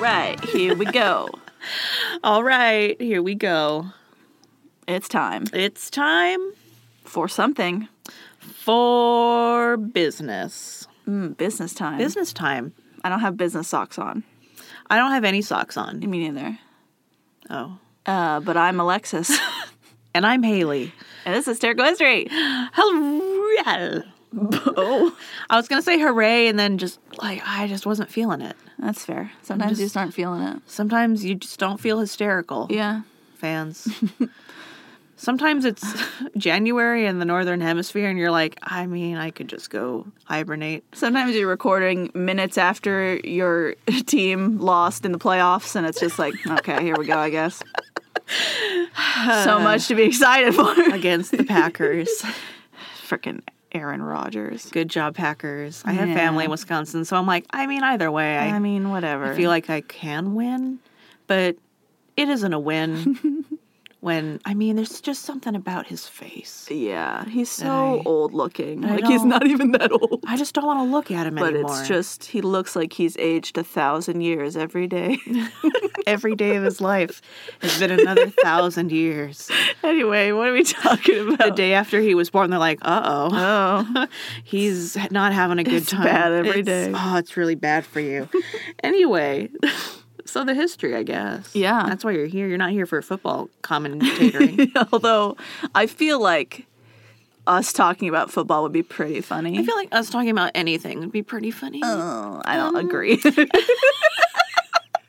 right, here we go. All right, here we go. It's time It's time for something. for business. Mm, business time. Business time. I don't have business socks on. I don't have any socks on. Me neither. Oh. Uh, but I'm Alexis, And I'm Haley. and this is Terrible History. Hello. Oh, I was going to say hooray and then just like, I just wasn't feeling it. that's fair. Sometimes you just aren't feeling it. Sometimes you just don't feel hysterical, Yeah. fans. Sometimes it's January in the Northern Hemisphere and you're like, I mean, I could just go hibernate. Sometimes you're recording minutes after your team lost in the playoffs, and it's just like, okay, here we go, I guess. so much to be excited for. against the Packers. Freaking Aaron Rodgers. Good job, Packers. I have family in Yeah. Wisconsin, so I'm like, I mean, either way, I, I mean, whatever. I feel like I can win, but it isn't a win when, I mean, there's just something about his face. Yeah, he's so I- old looking. I like he's don't- not even that old. I just don't want to look at him But anymore. it's just he looks like he's aged a thousand years every day. every day of his life has been another thousand years. anyway, what are we talking The about? day after he was born, they're like, uh oh. Oh, He's not having a good time. bad every every day. day. Oh, it's really bad for you. anyway, so the history, I guess. Yeah. That's why you're here. You're not here for football commentating. although I feel like us talking about football would be pretty funny. I feel like us talking about anything would be pretty funny. oh, I don't um, agree,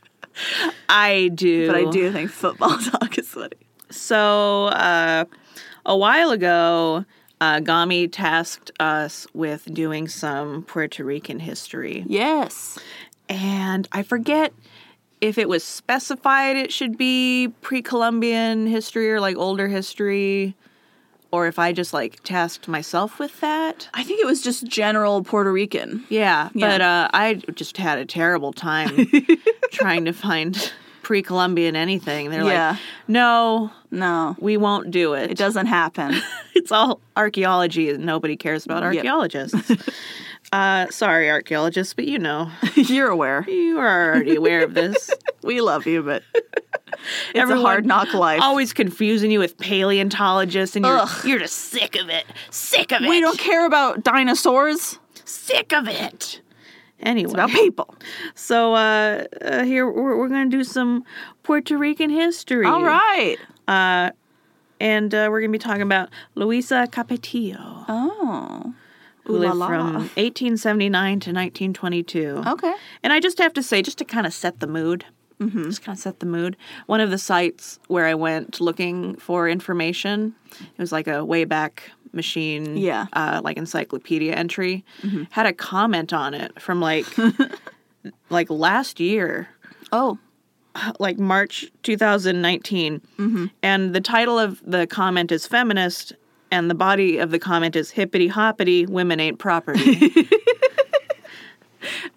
I do. but I do think football talk is funny. So uh, a while ago, uh, Gami tasked us with doing some Puerto Rican history. Yes, and I forget if it was specified it should be pre-Columbian history or like older history or if I just like tasked myself with that. I think it was just general Puerto Rican. Yeah, Yeah. but uh, I just had a terrible time trying to find pre-Columbian anything. They're Yeah. like, "No, No, we won't do it. it doesn't happen. it's all archaeology and nobody cares about Yep. archaeologists." uh, sorry archaeologists, but you know, You're aware. you are already aware of this. We love you, but it's Everyone- a hard knock life. always confusing you with paleontologists, and you're Ugh. you're just sick of it, sick of it. We don't care about dinosaurs. sick of it. Anyway, About people. so uh, uh, here we're, we're gonna do some Puerto Rican history. All right. uh, and uh, we're gonna be talking about Luisa Capetillo, Oh. who lived from 1879 to 1922. Okay. And I just have to say, just to kind of set the mood, just kind of set the mood, one of the sites where I went looking for information, it was like a Wayback Machine, Yeah. uh, like encyclopedia entry, had a comment on it from like, like last year, Oh. like March 2019. And the title of the comment is Feminist, and the body of the comment is Hippity Hoppity, Women Ain't Property.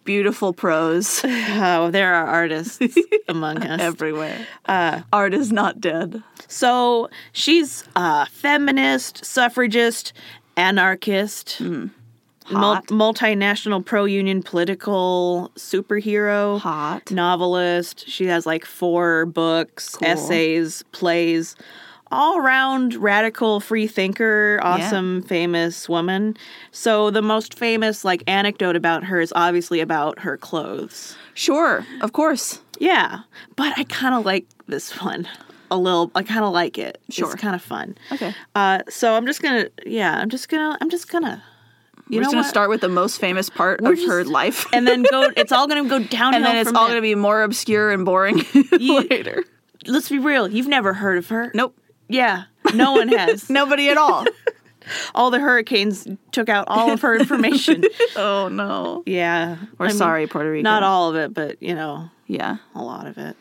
Beautiful prose oh, there are artists among us. everywhere. Uh, Art is not dead. So she's a feminist, suffragist, anarchist, mul- Hmm. Hot. multinational pro union political superhero, Hot. novelist. She has like four books, essays, plays. All round radical free thinker, awesome, famous woman. So, the most famous like anecdote about her is obviously about her clothes. Sure. Of course. Yeah, but I kind of like this one a little. I kind of like it. Sure. it's kind of fun. Okay. Uh, so I'm just gonna. Yeah, I'm just gonna. I'm just gonna. We're You know just going what? to start with the most famous part of her life. and then go. It's all gonna go downhill. And then it's from all there. going to be more obscure and boring later. Let's be real. You've never heard of her. Nope. Yeah. No one has. Nobody at all. All the hurricanes took out all of her information. oh, no. yeah. We're I mean, sorry, Puerto Rico. Not all of it, but you know, Yeah. a lot of it.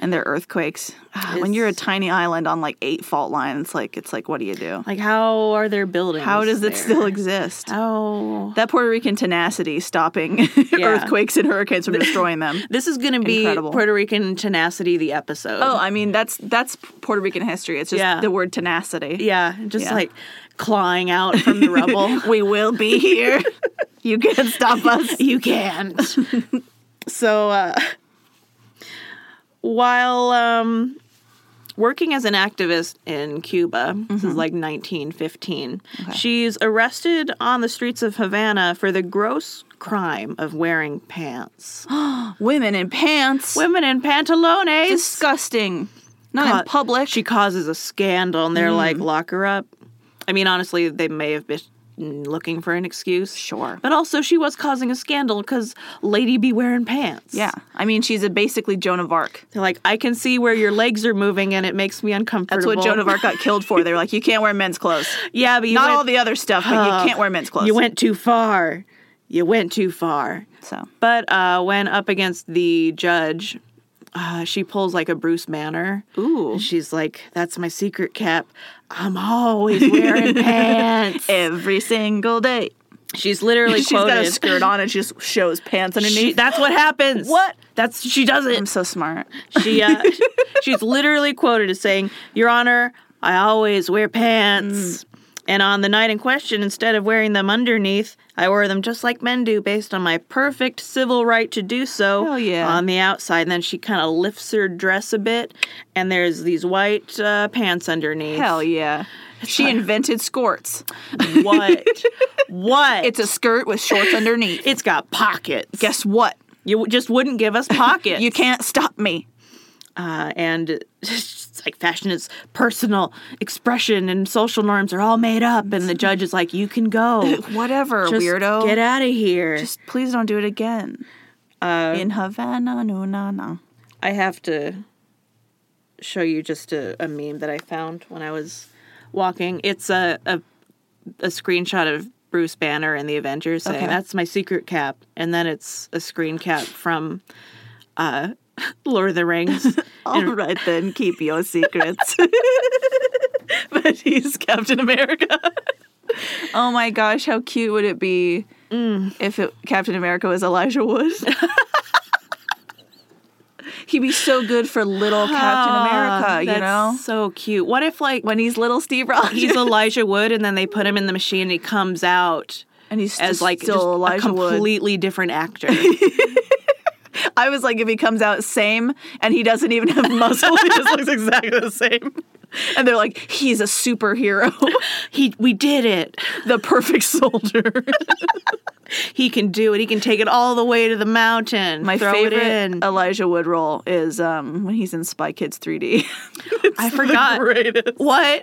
And their earthquakes. Ah, when It's- you're a tiny island on like eight fault lines, it's like, it's like, what do you do? Like, how are their buildings? How does there? it still exist? How That Puerto Rican tenacity stopping earthquakes and hurricanes from destroying them. This is going to be Incredible. Puerto Rican tenacity, the episode. Oh, I mean that's that's Puerto Rican history. It's just Yeah. the word tenacity. yeah, just Yeah. like clawing out from the rubble. We will be here. you can't stop us. you can't. so, uh, while um, working as an activist in Cuba, this is like 1915, she's arrested on the streets of Havana for the gross crime of wearing pants. Women in pants. Women in pantalones. Disgusting. Not in Caught- public. Mm. She causes a scandal, and they're like, lock her up. I mean, honestly, they may have been looking for an excuse. Sure. But also, she was causing a scandal because lady be wearing pants. yeah. I mean, she's a basically Joan of Arc. They're like, I can see where your legs are moving and it makes me That's uncomfortable. what Joan of Arc got killed for. They were like, you can't wear men's clothes. Yeah, but you Not went, all the other stuff, but Oh, you can't wear men's clothes. You went too far. You went too far. so. But uh, when up against the judge, uh, she pulls like a Bruce Banner. Ooh. And she's like, That's my secret cap. I'm always wearing pants. Every single day. She's literally She's quoted. got a skirt on and she just shows pants underneath. She- that's what happens. What? That's she does I'm it. so smart. She uh, she's literally quoted as saying, "Your Honor, I always wear Mm. pants." And on the night in question, instead of wearing them underneath, I wore them just like men do, based on my perfect civil right to do so Hell yeah. on the outside. And then she kind of lifts her dress a bit, and there's these white uh, pants underneath. Hell yeah. She invented skirts. What? what? It's a skirt with shorts underneath. it's got pockets. Guess what? you just wouldn't give us pockets. You can't stop me. uh, and it's like fashion is personal expression and social norms are all made up and the judge is like you can go Whatever, Just weirdo. get out of here Just please don't do it again. Um, In Havana, no, no, no. i have to show you just a, a meme that i found when i was walking it's a, a, a screenshot of bruce banner and the avengers saying Okay. that's my secret cap and then it's a screen cap from uh, lord of the rings All right then, keep your secrets. but he's Captain America. oh my gosh, how cute would it be Mm. if it, Captain America was Elijah Wood? He'd be so good for little Captain Ah, America, you that's know? so cute what if like When he's little Steve Rogers. he's Elijah Wood, and then they put him in the machine, and he comes out and he's as just like just still a Elijah Wood. completely different actor. I was like, if he comes out same and he doesn't even have muscles, he just looks exactly the same. And they're like, he's a superhero, he, we did it. the perfect soldier. He can do it. He can take it all the way to the mountain. My throw favorite It in. Elijah Wood role is um, when he's in Spy Kids 3D. It's I forgot. The greatest. What?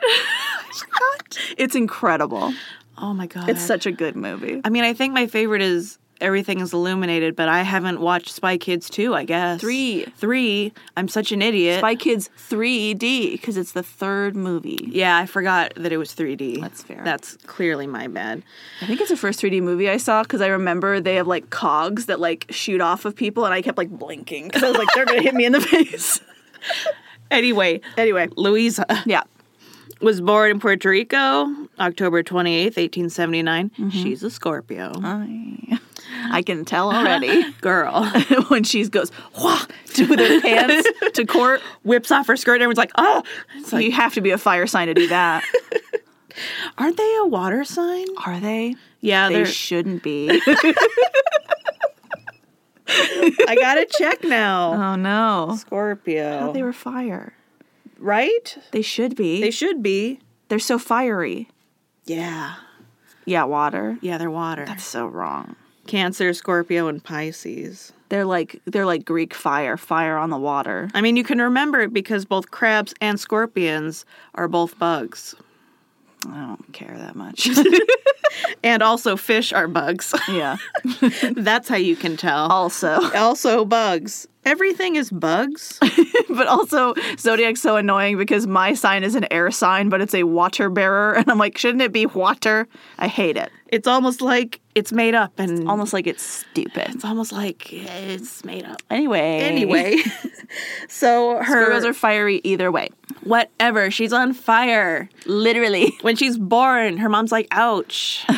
It's incredible. Oh my god! It's such a good movie. I mean, I think my favorite is Everything is Illuminated, but I haven't watched Spy Kids two. I guess Three. three. I'm such an idiot. Spy Kids 3D because it's the third movie. yeah, I forgot that it was 3D. That's fair. That's clearly my bad. I think it's the first 3D movie I saw because I remember they have like cogs that like shoot off of people, and I kept like blinking because I was like, they're gonna hit me in the face. Anyway, Anyway, Louisa. yeah. was born in Puerto Rico, October 28th, 1879. Mm-hmm. She's a Scorpio. Uh-huh. I, I can tell already Girl. when she goes wah to the pants to court. Whips off her skirt. Everyone's like, oh, it's like, you have to be a fire sign to do that. aren't they a water sign? Are they? Yeah, They they're. shouldn't be. I gotta check now. oh no. Scorpio. They were fire. right? They should be. They should be. They're so fiery. Yeah. Yeah, water. Yeah, they're water. So wrong. Cancer, Scorpio, and Pisces. They're like they're like Greek fire, fire on the water. I mean, you can remember it because both crabs and scorpions are both bugs. I don't care that much. And also, fish are bugs. yeah. That's how you can tell. Also, also bugs. Everything is bugs. but also zodiac's so annoying because my sign is an air sign, but it's a water bearer, and I'm like, shouldn't it be water? I hate it. It's almost like it's made up and Almost like it's stupid. it's almost like it's made up. Anyway, Anyway, so her Scorpios are fiery either way. whatever, she's on fire. Literally, When she's born, her mom's like, "Ouch."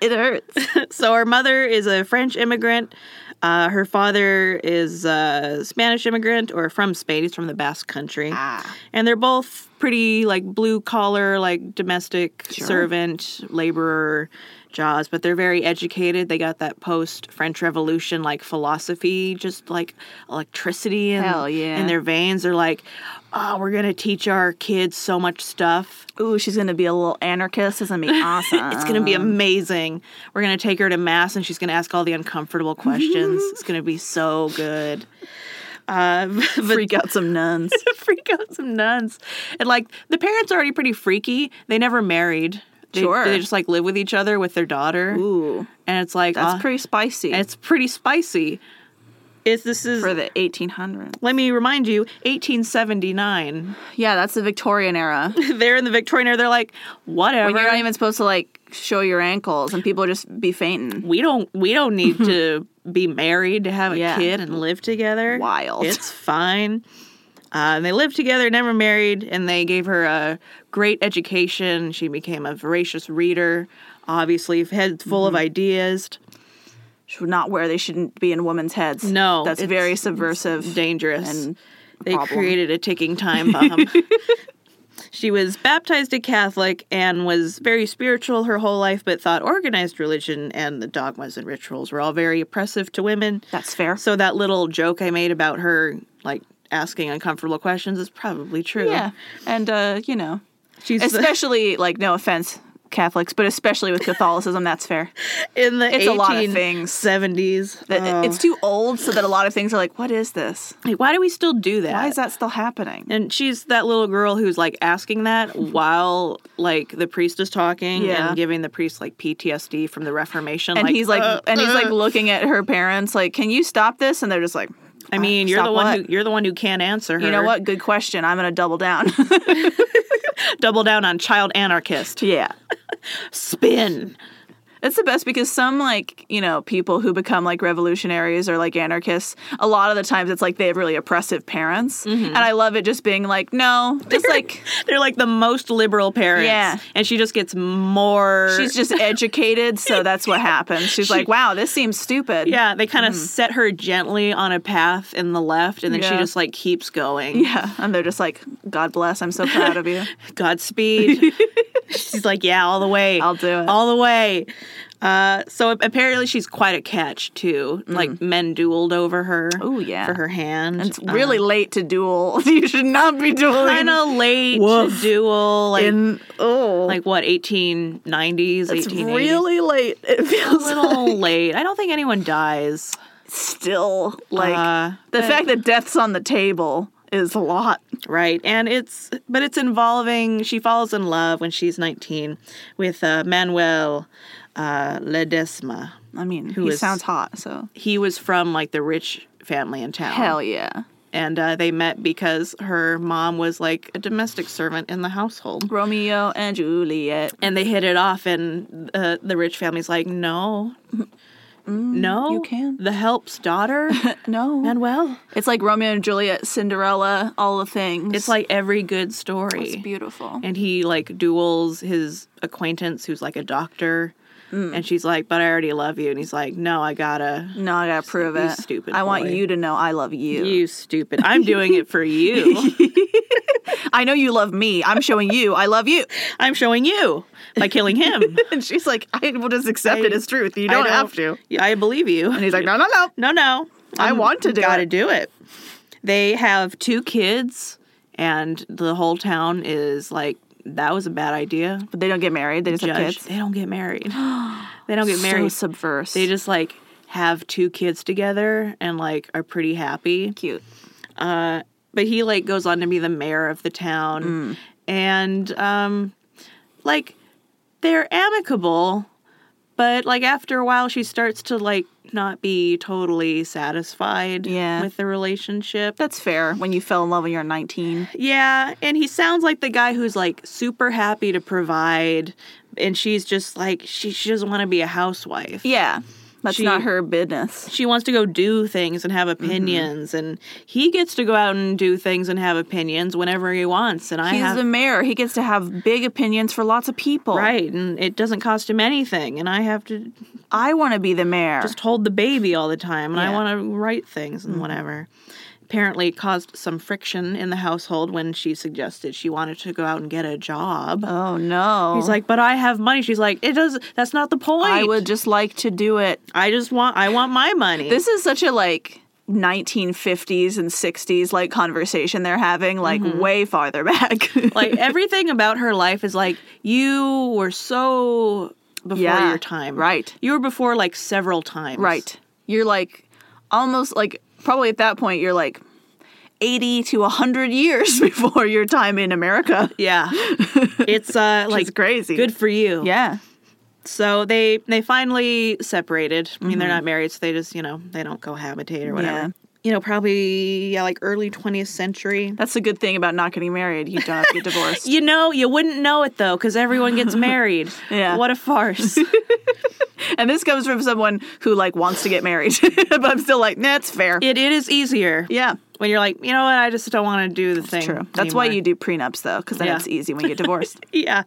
it hurts. so her mother is a French immigrant. Uh, her father is a Spanish immigrant or from Spain. He's from the Basque Country. Ah. And they're both pretty like blue collar, like domestic servant, laborer Jaws, but they're very educated. They got that post French Revolution like philosophy, just like electricity and Hell yeah. in their veins. They're like, oh, we're gonna teach our kids so much stuff. Ooh, she's gonna be a little anarchist. It's gonna be awesome. It's gonna be amazing. We're gonna take her to mass, and she's gonna ask all the uncomfortable questions. it's gonna be so good. Uh, but freak out some nuns. freak out some nuns, and like the parents are already pretty freaky. They never married. They, Sure. they just like live with each other with their daughter, Ooh, and it's like that's uh, pretty spicy and it's pretty spicy. It's this is for the 1800s. let me remind you, 1879. Yeah, that's the Victorian era. They're in the Victorian era. They're like whatever. When you're not even supposed to like show your ankles, and people just be fainting. we don't we don't need to be married to have a Yeah. kid and live together. Wild. It's fine. Uh, and they lived together, never married, and they gave her a great education. She became a voracious reader, obviously head full Mm-hmm. of ideas. Should not where they shouldn't be in women's heads. No, that's it's- very it's subversive. dangerous. and they problem. created a ticking time bomb. she was baptized a Catholic and was very spiritual her whole life, but thought organized religion and the dogmas and rituals were all very oppressive to women. That's fair. So that little joke I made about her like asking uncomfortable questions is probably true. yeah, and uh, you know, she's the, especially like no offense, Catholics, but especially with Catholicism, that's fair. in the it's a lot of things. 1870s. That Oh. It's too old, so that a lot of things are like, what is this? Like, why do we still do that? Why is that still happening? And she's that little girl who's like asking that while like the priest is talking Yeah. and giving the priest like PTSD from the Reformation. And he's like, "Uh, and he's like uh." looking at her parents, like, can you stop this? And they're just like, I mean, you're "Stop the one what?" who you're the one who can't answer Uh, her. You know what? Good question. I'm gonna double down. Double down on child anarchist. yeah. Spin. It's the best because some like, you know, people who become like revolutionaries or like anarchists, a lot of the times it's like they have really oppressive parents. And I love it just being like, no, just like Mm-hmm. They're like the most liberal parents. Yeah. And she just gets more she's just educated, so that's what happens. She's like, wow, this seems stupid. Yeah, they kind of set her gently on a path in the left and then she Mm-hmm. Yeah. just like keeps going. Yeah. And they're just like, God bless, I'm so proud of you. Godspeed. she's like, yeah, all the way. I'll do it. All the way. Uh, so apparently she's quite a catch too. Like men dueled over her. Mm. Ooh, yeah. For her hand. Uh, It's really late to duel. you should not be dueling. kind of late Woof. to duel. Like in oh like what 1890s, it's 1880s. really late. It a feels little late. I don't think anyone dies. still like Uh, the fact that death's on the table is a lot. Right. And it's, but it's involving, she falls in love when she's 19 with uh, Manuel uh, Ledesma. I mean, Who he is- sounds hot, so He was from like the rich family in town. hell yeah. And uh, they met because her mom was like a domestic servant in the household. Romeo and Juliet. And they hit it off, and uh, the rich family's like, no. no. Mm, you can. The help's daughter, No, Manuel. it's like Romeo and Juliet, Cinderella, all the things. It's like every good story. it's beautiful. and he like duels his acquaintance who's like a doctor Mm. and she's like but i already love you and he's like no i gotta No, I gotta prove "You it. stupid I want boy." you to know I love you. you stupid i'm doing it for you I know you love me. I'm showing you I love you. i'm showing you by killing him And she's like, I will just accept I- it as truth. You I don't, have to. Yeah, i believe you And he's like, no, no, no. no no I I'm- want to do gotta it." do it they have two kids and the whole town is like that was a bad idea But they don't get married. They just have Judge, kids. they don't get married they don't get So married subverse. they just like have two kids together and like are pretty happy cute. uh, but he like goes on to be the mayor of the town and um like they're amicable but like after a while she starts to like not be totally satisfied Yeah. with the relationship That's fair. When you fell in love when you're 19. yeah, and he sounds like the guy who's like super happy to provide, and she's just like she, she doesn't want to be a housewife. Yeah, that's She- not her business. she wants to go do things and Mm-hmm. have opinions and he gets to go out and do things and have opinions whenever he wants and i He's have the mayor. He gets to have big opinions for lots of people. right and it doesn't cost him anything and i have to I want to be the mayor. just hold the baby all the time and Yeah. Mm-hmm. i want to write things and whatever apparently caused some friction in the household when she suggested she wanted to go out and get a job. Oh no. He's like, "But I have money." She's like, "It does. That's not the point. I would just like to do it. I just want. I want my money." This is such a like 1950s and 60s like conversation they're having like way farther back. Mm-hmm. like everything about her life is like you were so before Yeah, your time, right. You were before like several times, Right. You're like almost like probably at that point you're like 80 to 100 years before your time in America. Yeah, it's uh like is crazy. Good for you. Yeah. So they they finally separated. I mean, they're not married, so they just you know they don't cohabitate or whatever. Yeah. You know, probably yeah, like early 20th century. That's a good thing about not getting married. You don't have to get divorced. You know, you wouldn't know it though, because everyone gets married. Yeah. What a farce. And this comes from someone who like wants to get married, but I'm still like, nah, it's fair. it, it is easier Yeah. when you're like, you know what, I just don't want to do the thing. True. That's why you anymore." do prenups though, because then Yeah. it's easy when you get divorced. Yeah.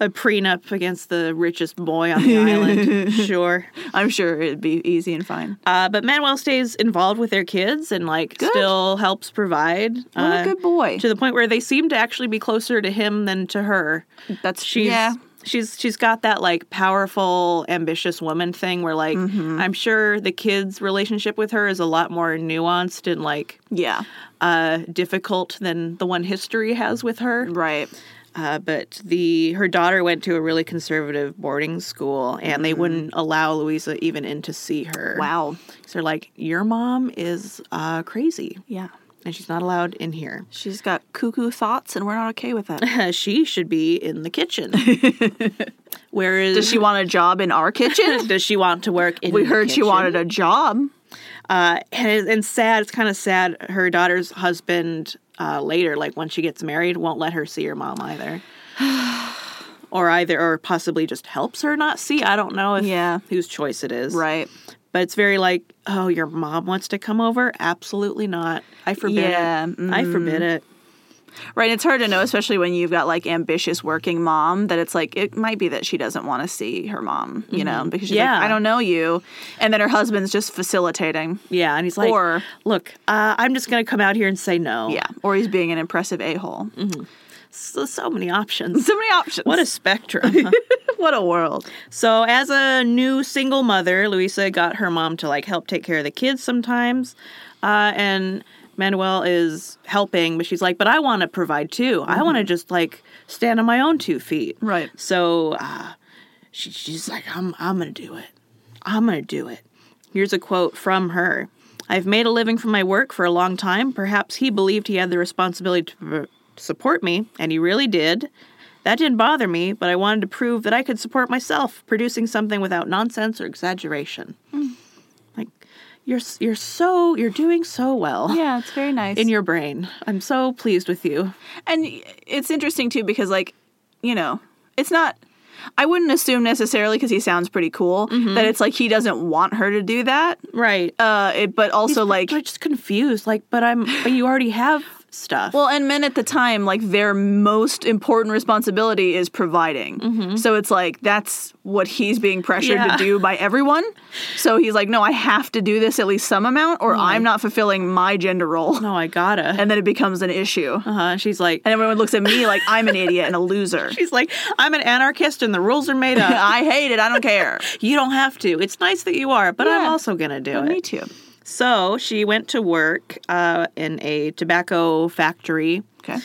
A prenup against the richest boy on the island. Sure. I'm sure it'd be easy and fine. Uh, but Manuel stays involved with their kids and like still helps provide. What uh, a good boy. To the point where they seem to actually be closer to him than to her. That's She's yeah. she's she's got that like powerful, ambitious woman thing where like Mm-hmm. I'm sure the kids' relationship with her is a lot more nuanced and like Yeah. uh, difficult than the one history has with her. Right. Uh, but the her daughter went to a really conservative boarding school, and they wouldn't allow Louisa even in to see her. Mm-hmm. Wow. So they're like, your mom is uh, crazy, Yeah. and she's not allowed in here. She's got cuckoo thoughts and we're not okay with that. she should be in the kitchen. Whereas Does she want a job in our kitchen? does she want to work in? We the heard she kitchen? wanted a job. Uh, and, and sad. It's kind of sad. Her daughter's husband uh, later, like when she gets married, won't let her see her mom either. Or either, or possibly just helps her not see. I don't know if Yeah. whose choice it is. Right. But it's very like, oh, your mom wants to come over? Absolutely not. I forbid Yeah, mm-hmm. it. I forbid it. Right. It's hard to know, especially when you've got like ambitious working mom, that it's like, it might be that she doesn't want to see her mom, you know, because she's Yeah. like, I don't know you. And then her husband's just facilitating. Yeah. And he's like, Or- look, uh, I'm just going to come out here and say no. Yeah. Or he's being an impressive a hole. So, so many options. So many options. What a spectrum. what a world. So, as a new single mother, Luisa got her mom to like help take care of the kids sometimes. Uh, and Manuel is helping, but she's like, but I want to provide too. I want to just like stand on my own two feet. Right. So uh, she, she's like, I'm, I'm going to do it. I'm going to do it. Here's a quote from her I've made a living from my work for a long time. Perhaps he believed he had the responsibility to pr- support me, and he really did. That didn't bother me, but I wanted to prove that I could support myself, producing something without nonsense or exaggeration. Like, you're, s- you're so, you're doing so well Yeah. It's very nice. in your brain. I'm so pleased with you. And it's interesting too because like, you know, it's not I wouldn't assume necessarily because he sounds pretty cool that it's like he doesn't want her to do that. Right. Uh, it, but also like, I'm just confused. Like, but I'm, but you already have stuff. well, and men at the time like their most important responsibility is providing. So it's like that's what he's being pressured Mm-hmm. Yeah. to do by everyone. So he's like, no, I have to do this at least some amount, or I'm not fulfilling my gender role. no, oh, I gotta. And then it becomes an issue, and Uh huh. She's like, everyone looks at me like I'm an idiot and a loser. she's like, I'm an anarchist and the rules are made up. I hate it. I don't care. you don't have to. It's nice that you are, but I'm Yeah. also gonna do Me it. too. So she went to work uh, in a tobacco factory. Okay.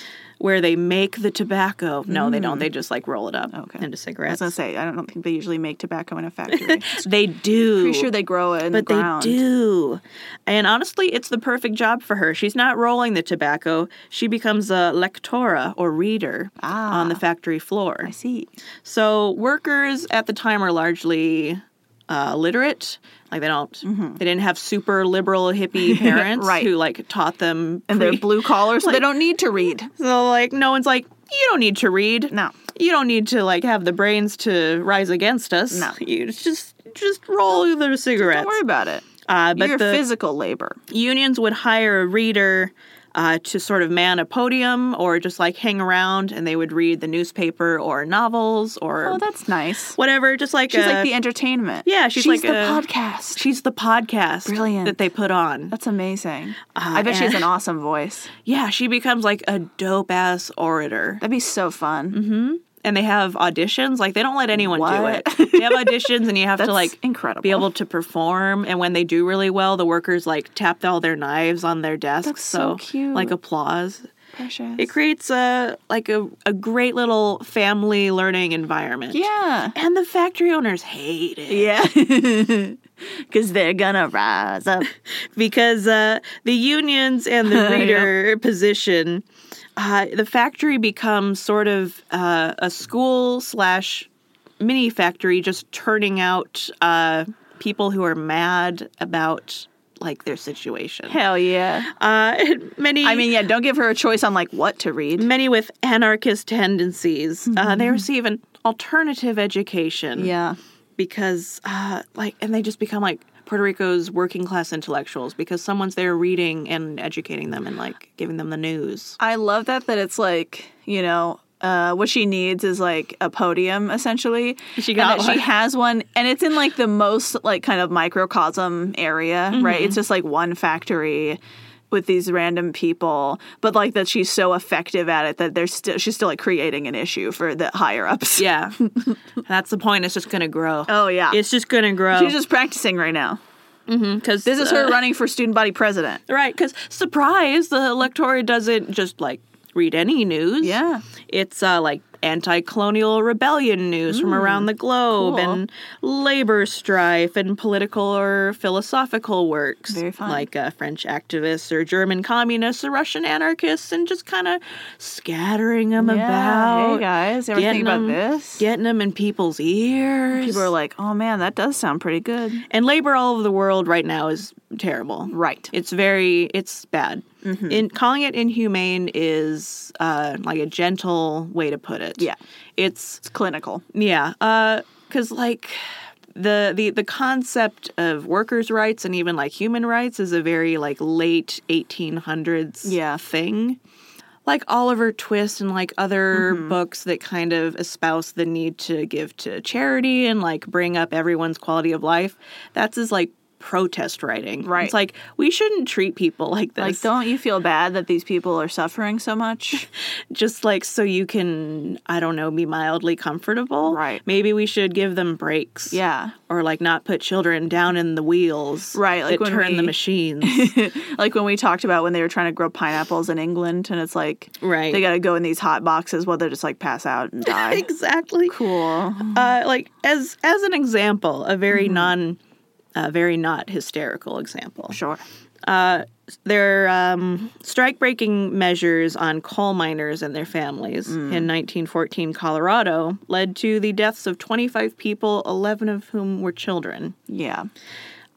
Where they make the tobacco. No, they don't. They just like roll it up Mm. Okay. into I was cigarettes. gonna say I don't think they usually make tobacco in a factory. They do. Pretty sure they grow it in but the ground. they do. And honestly, it's the perfect job for her. She's not rolling the tobacco. She becomes a lectora or reader Ah. on the factory floor. I see. So workers at the time are largely uh, literate. Like they don't, they didn't have super liberal hippie parents Mm-hmm. Right. who like taught them. And they're pre- blue collar, so they don't need to read. So like no one's like you don't need to read. No. You don't need to like have the brains to rise against us. No. You just just roll the cigarettes. Don't worry about it. Uh, but Your the physical labor. unions would hire a reader uh, to sort of man a podium or just like hang around and they would read the newspaper or novels or Oh, that's nice. whatever. Just like She's a- like the entertainment. yeah, she's, like the a- podcast. she's the podcast Brilliant. that they put on. That's amazing. I bet she and- has an awesome voice. Yeah, she becomes like a dope ass orator. That'd be so fun. And they have auditions. Like they don't let anyone do What? it. They have auditions and you have That's to like incredible. be able to perform and when they do really well the workers like tap all their knives on their desks That's so cute. like applause Precious. it creates a like a, a great little family learning environment yeah. and the factory owners hate it Yeah. Because they're gonna rise up. because uh, the unions and the Yep. reader position uh, the factory becomes sort of uh, a school slash mini factory just turning out uh, people who are mad about like their situation Hell yeah. uh, many I mean, yeah, don't give her a choice on like what to read. many with anarchist tendencies uh, they receive an alternative education Mm-hmm. Yeah. because uh, like and they just become like puerto rico's working class intellectuals because someone's there reading and educating them and like giving them the news I love that that it's like, you know, uh, what she needs is like a podium essentially. She And got that one. she has one and it's in like the most like kind of microcosm area, Mm-hmm. right? It's just like one factory with these random people, but like that she's so effective at it that there's still she's still like creating an issue for the higher ups. yeah that's the point it's just gonna grow Oh yeah. it's just gonna grow she's just practicing right now. because This is her running for student body president. right because surprise the electorate doesn't just like read any news Yeah. It's uh, like anti colonial rebellion news from around the globe Hmm. cool. and labor strife and political or philosophical works. Very fun. Like uh, French activists or German communists or Russian anarchists and just kind of scattering them about. Hey guys, ever getting think about 'em- this? Getting them in people's ears. People are like, oh man, that does sound pretty good. and labor all over the world right now is terrible. Right. Mm-hmm. It's very, it's bad. In calling it inhumane is uh, like a gentle way to put it. Yeah. it's It's clinical. Yeah, because like the the the concept of workers' rights and even like human rights is a very like late eighteen hundreds Yeah. thing. Like Oliver Twist and like other Mm-hmm. books that kind of espouse the need to give to charity and like bring up everyone's quality of life. That's his like protest writing. Right. It's like we shouldn't treat people like this. Like, don't you feel bad that these people are suffering so much? just like so you can I don't know be mildly comfortable. Right. Maybe we should give them breaks. Yeah. or like not put children down in the wheels Right, like that when turn the we- machines like when we talked about when they were trying to grow pineapples in England, and it's like, right they got to go in these hot boxes while they just like pass out and die. exactly cool. uh, like as as an example a very Mm-hmm. non uh, very not hysterical example Sure. uh, their um, strike breaking measures on coal miners and their families Mm. in 1914 colorado led to the deaths of 25 people 11 of whom were children Yeah.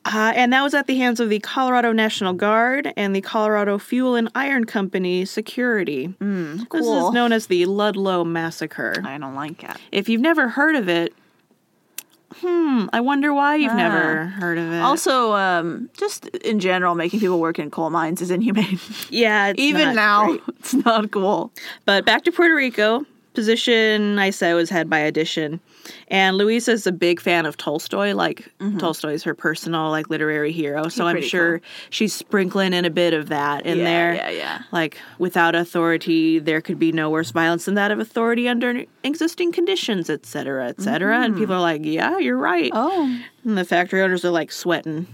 Uh, and that was at the hands of the Colorado National Guard and the Colorado Fuel and Iron Company Security. This Mm, cool. is known as the Ludlow Massacre. I don't like it. If you've never heard of it, hmm, I wonder why you've Ah. never heard of it. Also, um, just in general, making people work in coal mines is inhumane. yeah, it's Even not now, great. it's not cool. But back to Puerto Rico. Position I said was had by addition. And Luisa's a big fan of Tolstoy. Like Tolstoy's her personal, like literary hero. So Mm-hmm. I'm pretty sure she's sprinkling in a bit of that in yeah, there. Yeah, yeah. Like, without authority, there could be no worse violence than that of authority under existing conditions, et cetera, et cetera. And people are like, yeah, you're right. Mm-hmm. Oh, And the factory owners are like sweating.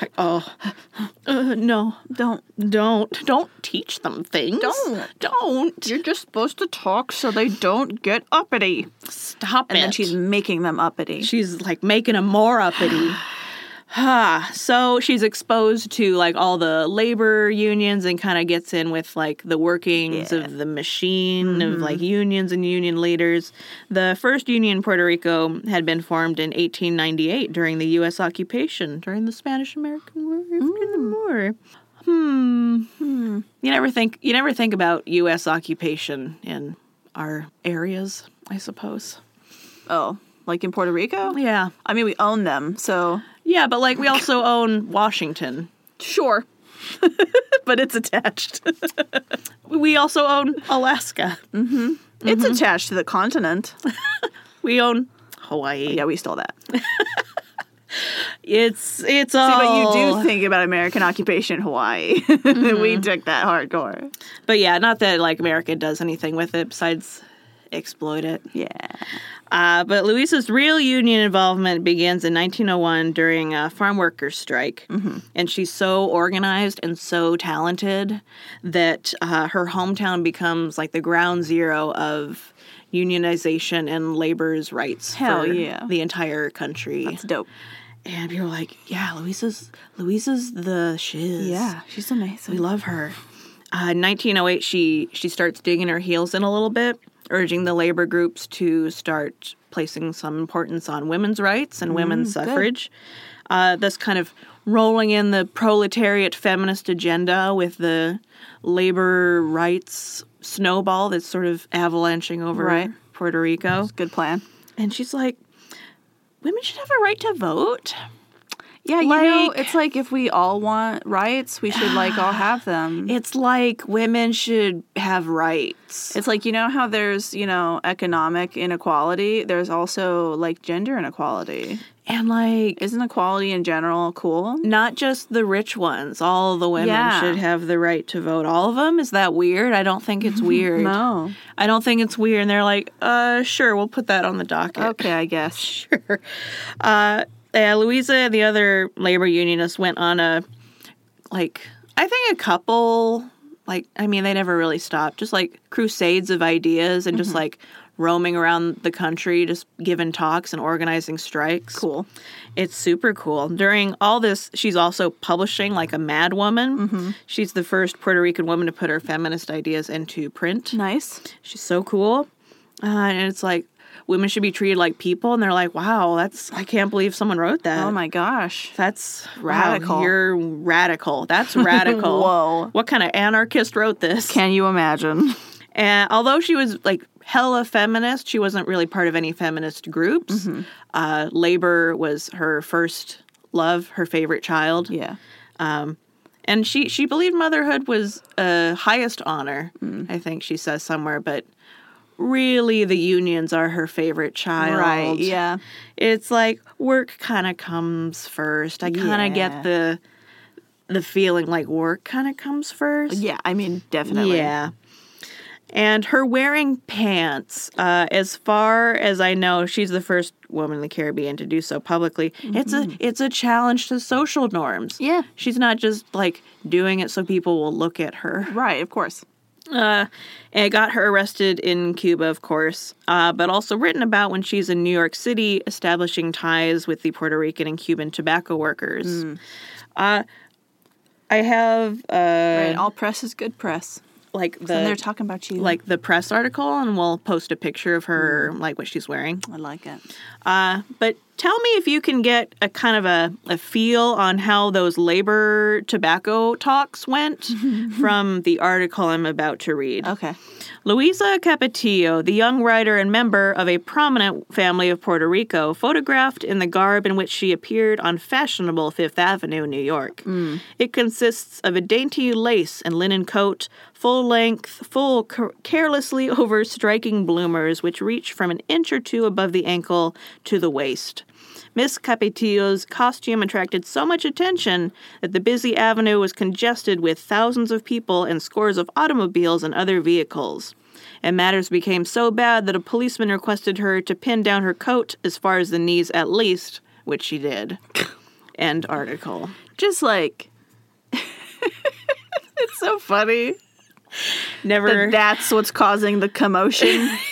Like, oh, uh, no, don't. don't. Don't teach them things. Don't. Don't. You're just supposed to talk so they don't get uppity. Stop And it. then she's making them uppity. she's like making them more uppity. Ah, so she's exposed to like all the labor unions and kind of gets in with like the workings Yeah. of the machine of like unions and union leaders. The first union in Puerto Rico had been formed in 1898 during the U.S. occupation during the Spanish American War after the war. Hmm. You never think you never think about U.S. occupation in our areas, I suppose. Oh, like in Puerto Rico? Yeah. I mean, we own them, so Yeah, but like we also own Washington. sure. but it's attached. We also own Alaska. It's attached to the continent. We own Hawaii. Yeah, we stole that. It's it's all. But you do think about American occupation in Hawaii. we took that hardcore. But yeah, not that like America does anything with it besides exploit it. Yeah. Uh, but Luisa's real union involvement begins in 1901 during a farm workers' strike. Mm-hmm. And she's so organized and so talented that uh, her hometown becomes like the ground zero of unionization and labor's rights Hell for yeah. the entire country. It's dope. and people are like, yeah, Luisa's Luisa's the shiz. Yeah, she's amazing. We love her. Uh, 1908, she she starts digging her heels in a little bit, urging the labor groups to start placing some importance on women's rights and women's Mm, suffrage. Uh, thus, kind of rolling in the proletariat feminist agenda with the labor rights snowball that's sort of avalanching over Right. Puerto Rico. Good plan. And she's like, "Women should have a right to vote." Yeah, you know, Like- it's like if we all want rights, we should like all have them. It's like women should have rights. It's like you know how there's, you know, economic inequality, there's also like gender inequality. And like Isn't equality in general cool? not just the rich ones. All the women Yeah. should have the right to vote. All of them. Is that weird? I don't think it's weird. No. I don't think it's weird. And they're like, uh, sure, we'll put that on the docket. Okay, I guess. Uh, Sure. Uh, yeah, Louisa and the other labor unionists went on a, like, I think a couple, like, I mean, they never really stopped, just like crusades of ideas and just like roaming around the country, just giving talks and organizing strikes. Cool. It's super cool. During all this, she's also publishing like a mad woman. She's the first Puerto Rican woman to put her feminist ideas into print. Nice. She's so cool. Uh, and it's like women should be treated like people. And they're like, wow, that's, I can't believe someone wrote that. Oh my gosh. That's wow, Radical. you're radical. That's radical. Whoa. What kind of anarchist wrote this? Can you imagine? And although she was like hella feminist, she wasn't really part of any feminist groups. Uh, labor was her first love, her favorite child, Yeah. and she she believed motherhood was a highest honor. Mm. I think she says somewhere, but really the unions are her favorite child. Right. Yeah. it's like work kind of comes first. I kind Yeah. of get the the feeling like work kind of comes first. Yeah, I mean, definitely. Yeah. And her wearing pants, uh, as far as I know, she's the first woman in the Caribbean to do so publicly. It's Mm-hmm. a it's a challenge to social norms. Yeah. She's not just like doing it so people will look at her. Right, of course. Uh, and it got her arrested in Cuba, of course, uh, but also written about when she's in New York City establishing ties with the Puerto Rican and Cuban tobacco workers. Uh, I have uh, Right. All press is good press. like the and they're talking about you. like the press article and we'll post a picture of her like what she's wearing I like it. uh, but tell me if you can get a kind of a, a feel on how those labor tobacco talks went from the article i'm about to read Okay. Luisa Capetillo, the young writer and member of a prominent family of Puerto Rico, photographed in the garb in which she appeared on fashionable Fifth Avenue, New York. It consists of a dainty lace and linen coat, full length, full car- carelessly over striking bloomers, which reach from an inch or two above the ankle to the waist. Miss Capetillo's costume attracted so much attention that the busy avenue was congested with thousands of people and scores of automobiles and other vehicles. And matters became so bad that a policeman requested her to pin down her coat as far as the knees at least, which she did. End article. Just like it's so funny. Never. That that's what's causing the commotion.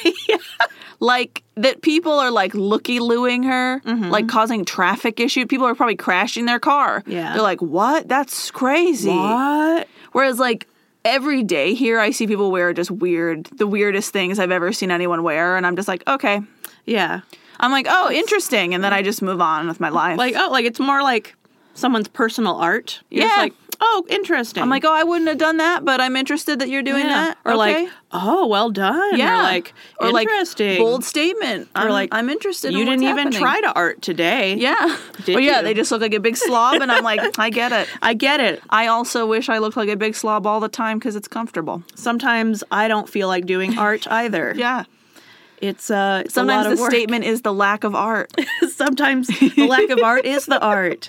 Like that people are like looky looing her, Mm-hmm. like causing traffic issue. People are probably crashing their car. Yeah. They're like, what? That's crazy. what? Whereas like every day here I see people wear just weird the weirdest things I've ever seen anyone wear and I'm just like, okay. Yeah. I'm like, oh, interesting, and then I just move on with my life. Like, oh, like it's more like someone's personal art. You're just Yeah. like, oh, interesting. I'm like, oh, I wouldn't have done that, but I'm interested that you're doing that. Or Okay. like, oh, well done. yeah, Or like, interesting. like bold statement. I'm, like, I'm interested. you in what's didn't even happening. try to art today. Yeah. Did well, yeah, you? they just look like a big slob, and I'm like, I get it. I get it. I also wish I looked like a big slob all the time because it's comfortable. Sometimes I don't feel like doing art either. Yeah. It's uh it's Sometimes a lot the of work. statement is the lack of art, Sometimes the lack of art is the art.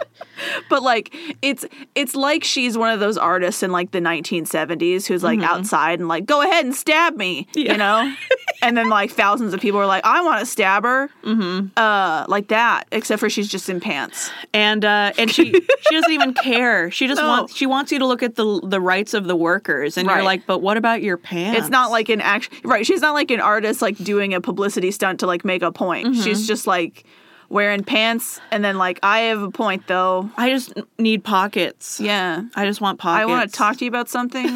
but like it's it's like she's one of those artists in like the 1970s who's like outside and like go ahead and stab me, Mm-hmm. Yeah. you know, and then like thousands of people are like I want to stab her, mm-hmm. uh, like that. Except for she's just in pants. And uh and she she doesn't even care. She just No. wants she wants you to look at the the rights of the workers and Right. you're like, "But what about your pants?" It's not like an action, right? She's not like an artist like doing a publicity stunt to like make a point. Mm-hmm. She's just like wearing pants and then like I have a point though. I just need pockets. Yeah. I just want pockets. I want to talk to you about something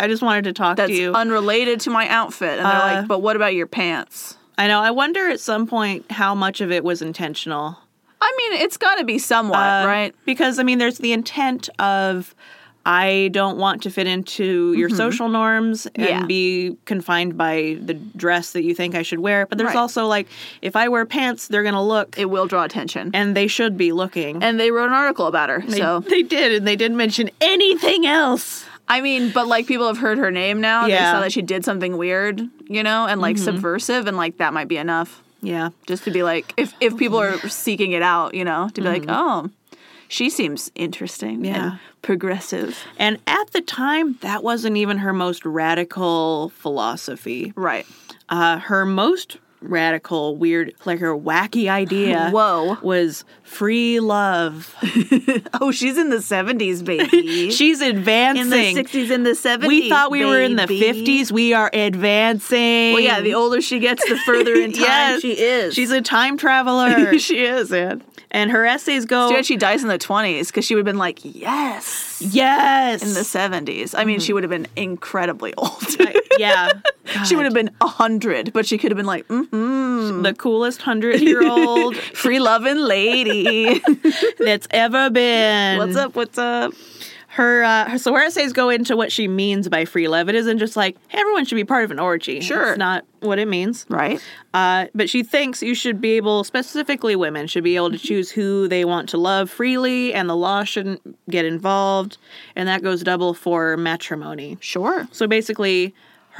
I just wanted to talk that's to you. unrelated to my outfit. And they're Uh, like, but what about your pants? I know. I wonder at some point how much of it was intentional. I mean, it's got to be somewhat, Uh, right? Because I mean, there's the intent of I don't want to fit into your social norms and Mm-hmm. Yeah. be confined by the dress that you think I should wear. But there's Right. also like if I wear pants, they're gonna look, It will draw attention. and they should be looking. And they wrote an article about her. they, so, they did, and they didn't mention anything else. I mean, but like people have heard her name now. They Yeah. Mm-hmm. saw that she did something weird, you know, and like subversive. And like that might be enough. Yeah. just to be like if if people are seeking it out you know to be like oh she seems interesting Mm-hmm. Yeah. and progressive And at the time, that wasn't even her most radical philosophy. right Uh, her most radical, weird, like her wacky idea Whoa. was free love. oh she's in the 70s baby She's in the advancing. 60s and the 70s we thought we were in the baby. 50s. We are advancing. well yeah the older she gets the further in time Yes. she is She's a time traveler. she is man and her essays go, too bad she dies in the 20s because she would have been like yes yes. Mm-hmm. Oh in the 70s i mean she would have been incredibly old yeah. she would have been 100 but she could have been like mm-hmm, the coolest 100 year old free loving lady that's ever been. what's up what's up her uh, her- so her essays go into what she means by free love. It isn't just like hey, everyone should be part of an orgy. Sure. it's not what it means. right Uh, but she thinks you should be able, specifically women, should be able Mm-hmm. to choose who they want to love freely, and the law shouldn't get involved. And that goes double for matrimony. Sure. So basically,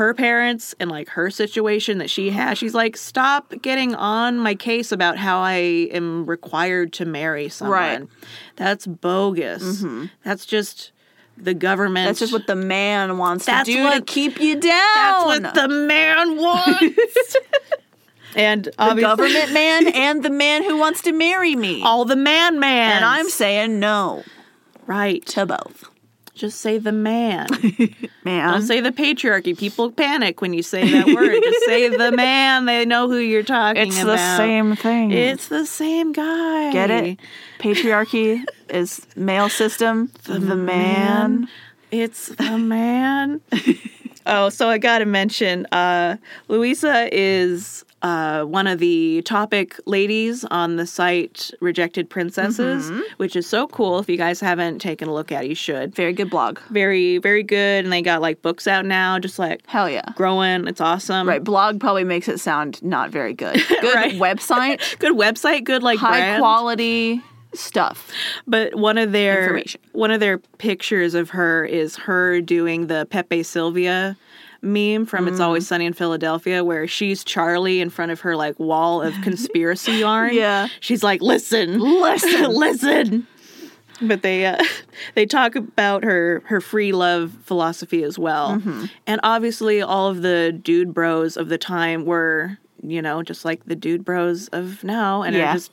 her parents and like her situation that she has, she's like, stop getting on my case about how I am required to marry someone. Right. Mm-hmm. That's bogus. That's just the government. That's just what the man wants That's to do what- to keep you down. that's what the man wants. and The obviously, government man and the man who wants to marry me. all the man man. and I'm saying no right. to both. Just say the man. Man. Don't say the patriarchy. People panic when you say that word. Just say the man. They know who you're talking it's about. the same thing. It's the same guy. Get it? Patriarchy is male system. The, man. It's the man. oh, so I gotta mention, uh, Louisa is uh, one of the topic ladies on the site Rejected Princesses, which is so cool. If you guys haven't taken a look at, it, you should. Very good blog. Very, very good. And they got like books out now, just like Hell yeah. growing. It's awesome. Right. Blog probably makes it sound not very good. Good Right. website. Good website. Good like High brand. quality stuff. But one of their Information. one of their pictures of her is her doing the Pepe Sylvia meme from It's Mm. Always Sunny in Philadelphia where she's Charlie in front of her like wall of conspiracy yarn. Yeah. She's like, "Listen. Listen. listen." But they uh, they talk about her her free love philosophy as well. Mm-hmm. And obviously all of the dude bros of the time were, you know, just like the dude bros of now and Yeah. are just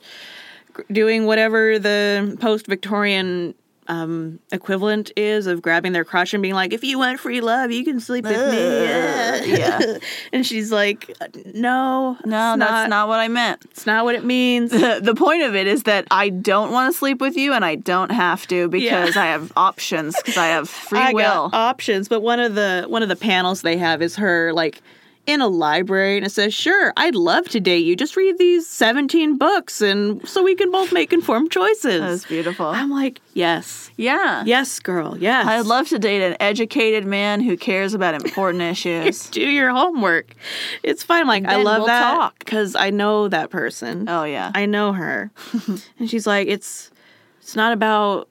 doing whatever the post Victorian um, equivalent is of grabbing their crotch and being like, if you want free love, you can sleep with me. yeah. And she's like, no, No, it's that's not what I meant. It's not what it means. the, the point of it is that I don't want to sleep with you and I don't have to because I have options because I have free I will. got options, but one of the one of the panels they have is her like in a library and it says, Sure, I'd love to date you. Just read these 17 books and so we can both make informed choices. That was beautiful. I'm like, Yes. yeah. Yes, girl. Yes. I'd love to date an educated man who cares about important issues. do your homework. It's fine. Like I Then love we'll that talk. because I know that person. Oh yeah. I know her. and she's like, it's it's not about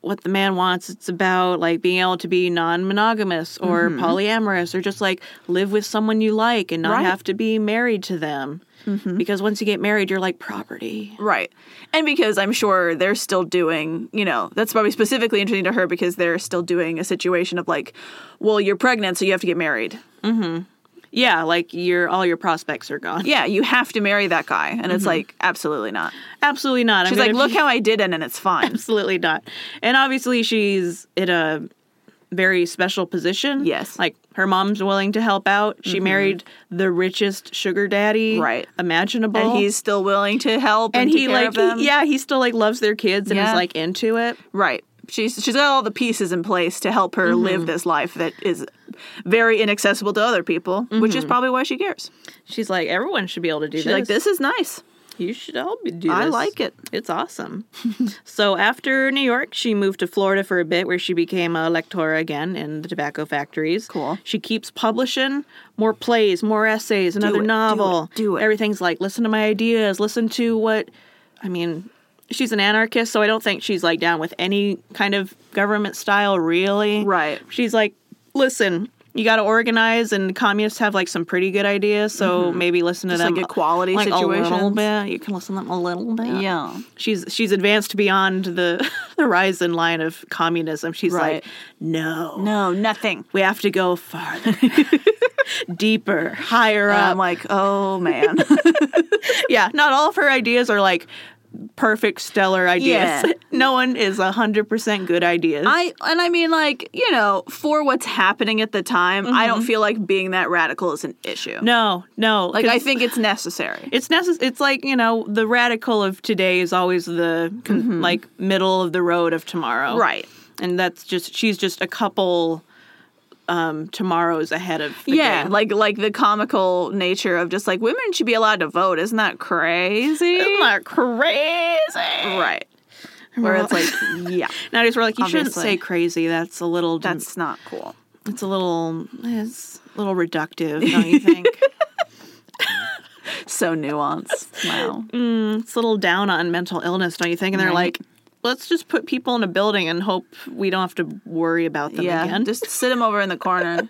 what the man wants. It's about like being able to be non-monogamous or Mm-hmm. polyamorous or just like live with someone you like and not Right. Mm-hmm. have to be married to them. Because once you get married, you're like property. Right. And because I'm sure they're still doing, you know, that's probably specifically interesting to her because they're still doing a situation of like, well, you're pregnant, so you have to get married. Yeah, like your all your prospects are gone. Yeah, you have to marry that guy. And Mm-hmm. it's like, absolutely not. Absolutely not. She's like, look how I did it and it's fine. absolutely not. And obviously, she's in a very special position. Yes. Mm-hmm. Like, her mom's willing to help out. She married the richest sugar daddy Right. imaginable. and he's still willing to help and, and take he care like of them. he- yeah he still like loves their kids and Yeah. is like into it Right. She's she's got all the pieces in place to help her Mm-hmm. live this life that is very inaccessible to other people, which Mm-hmm. is probably why she cares. she's like everyone should be able to do She's like, this is nice. you should all be do I this. like it. it's awesome so after new york she moved to florida for a bit where she became a lectora again in the tobacco factories Cool. she keeps publishing more plays more essays another it, do it, novel do it. everything's like listen to my ideas listen to what i mean she's an anarchist so i don't think she's like down with any kind of government style really Right. she's like, listen, you got to organize, and communists have like some pretty good ideas, so maybe listen to Mm-hmm. Just, them like, equality like, a little situations. bit. You can listen to them a little bit. Yeah. she's she's advanced beyond the the horizon line of communism. She's Right. like, no, No, nothing. we have to go farther, deeper, higher And up. I'm like, oh man. yeah, not all of her ideas are like. Perfect, stellar ideas. Yeah. no one is hundred percent good ideas. I and I mean like, you know, for what's happening at the time, I don't feel like being that radical is an issue. no, no. Like 'cause- I think it's necessary. it's necess- it's like you know the radical of today is always the con- like middle of the road of tomorrow Right. and that's just she's just a couple um tomorrows ahead of the yeah, game. like like the comical nature of just like women should be allowed to vote. Isn't that crazy? Isn't that crazy right. Where it's like, yeah, nowadays we're like you shouldn't Obviously. say crazy that's a little that's that's not cool. it's a little it's a little reductive don't you think So nuanced. Wow. it's a little down on mental illness don't you think and they're Right. like let's just put people in a building and hope we don't have to worry about them Yeah. again Just sit them over in the corner.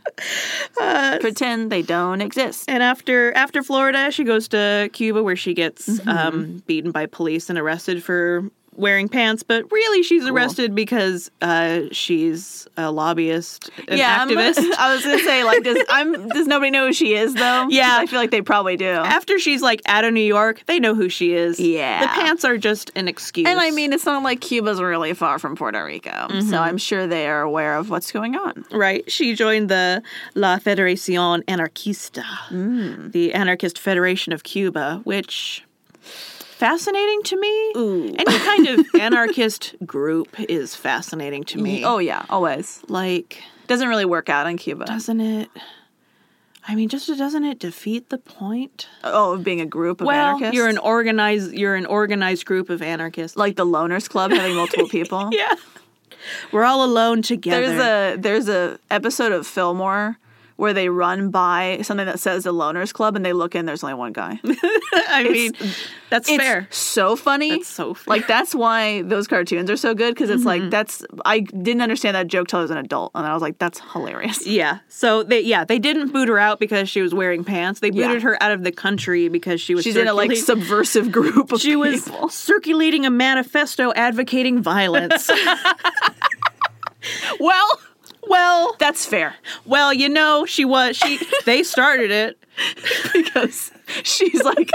Pretend they don't exist. And after after Florida, she goes to Cuba where she gets Mm-hmm. um, beaten by police and arrested for wearing pants. But really, she's arrested because uh, she's a lobbyist, an yeah, activist. I'm, I was gonna say like does I'm does nobody know who she is though? 'Cause Yeah. I feel like they probably do. after she's like out of New York, they know who she is. Yeah. the pants are just an excuse. And I mean, it's not like Cuba's really far from Puerto Rico, so I'm sure they are aware of what's going on. Right. She joined the La Federación Anarquista, the Anarchist Federation of Cuba, which fascinating to me. Ooh. Any kind of anarchist group is fascinating to me. Oh yeah, always like doesn't really work out in Cuba. doesn't it I mean, just doesn't it defeat the point? oh, of being a group of well, anarchists. you're an organized you're an organized group of anarchists. like the loners club having multiple people. yeah. We're all alone together. There's a there's a episode of Fillmore where they run by something that says the loners club and they look in there's only one guy. I mean, that's It's fair. so funny. That's so fair. Mm-hmm. Like that's why those cartoons are so good because it's like that's I didn't understand that joke till I was an adult and I was like that's hilarious. Yeah. So they yeah, they didn't boot her out because she was wearing pants. They Yeah. booted her out of the country because she was She's in a like circulating- subversive group of she was people. circulating a manifesto advocating violence. well, well, that's fair well, you know, she was she they started it. because she's like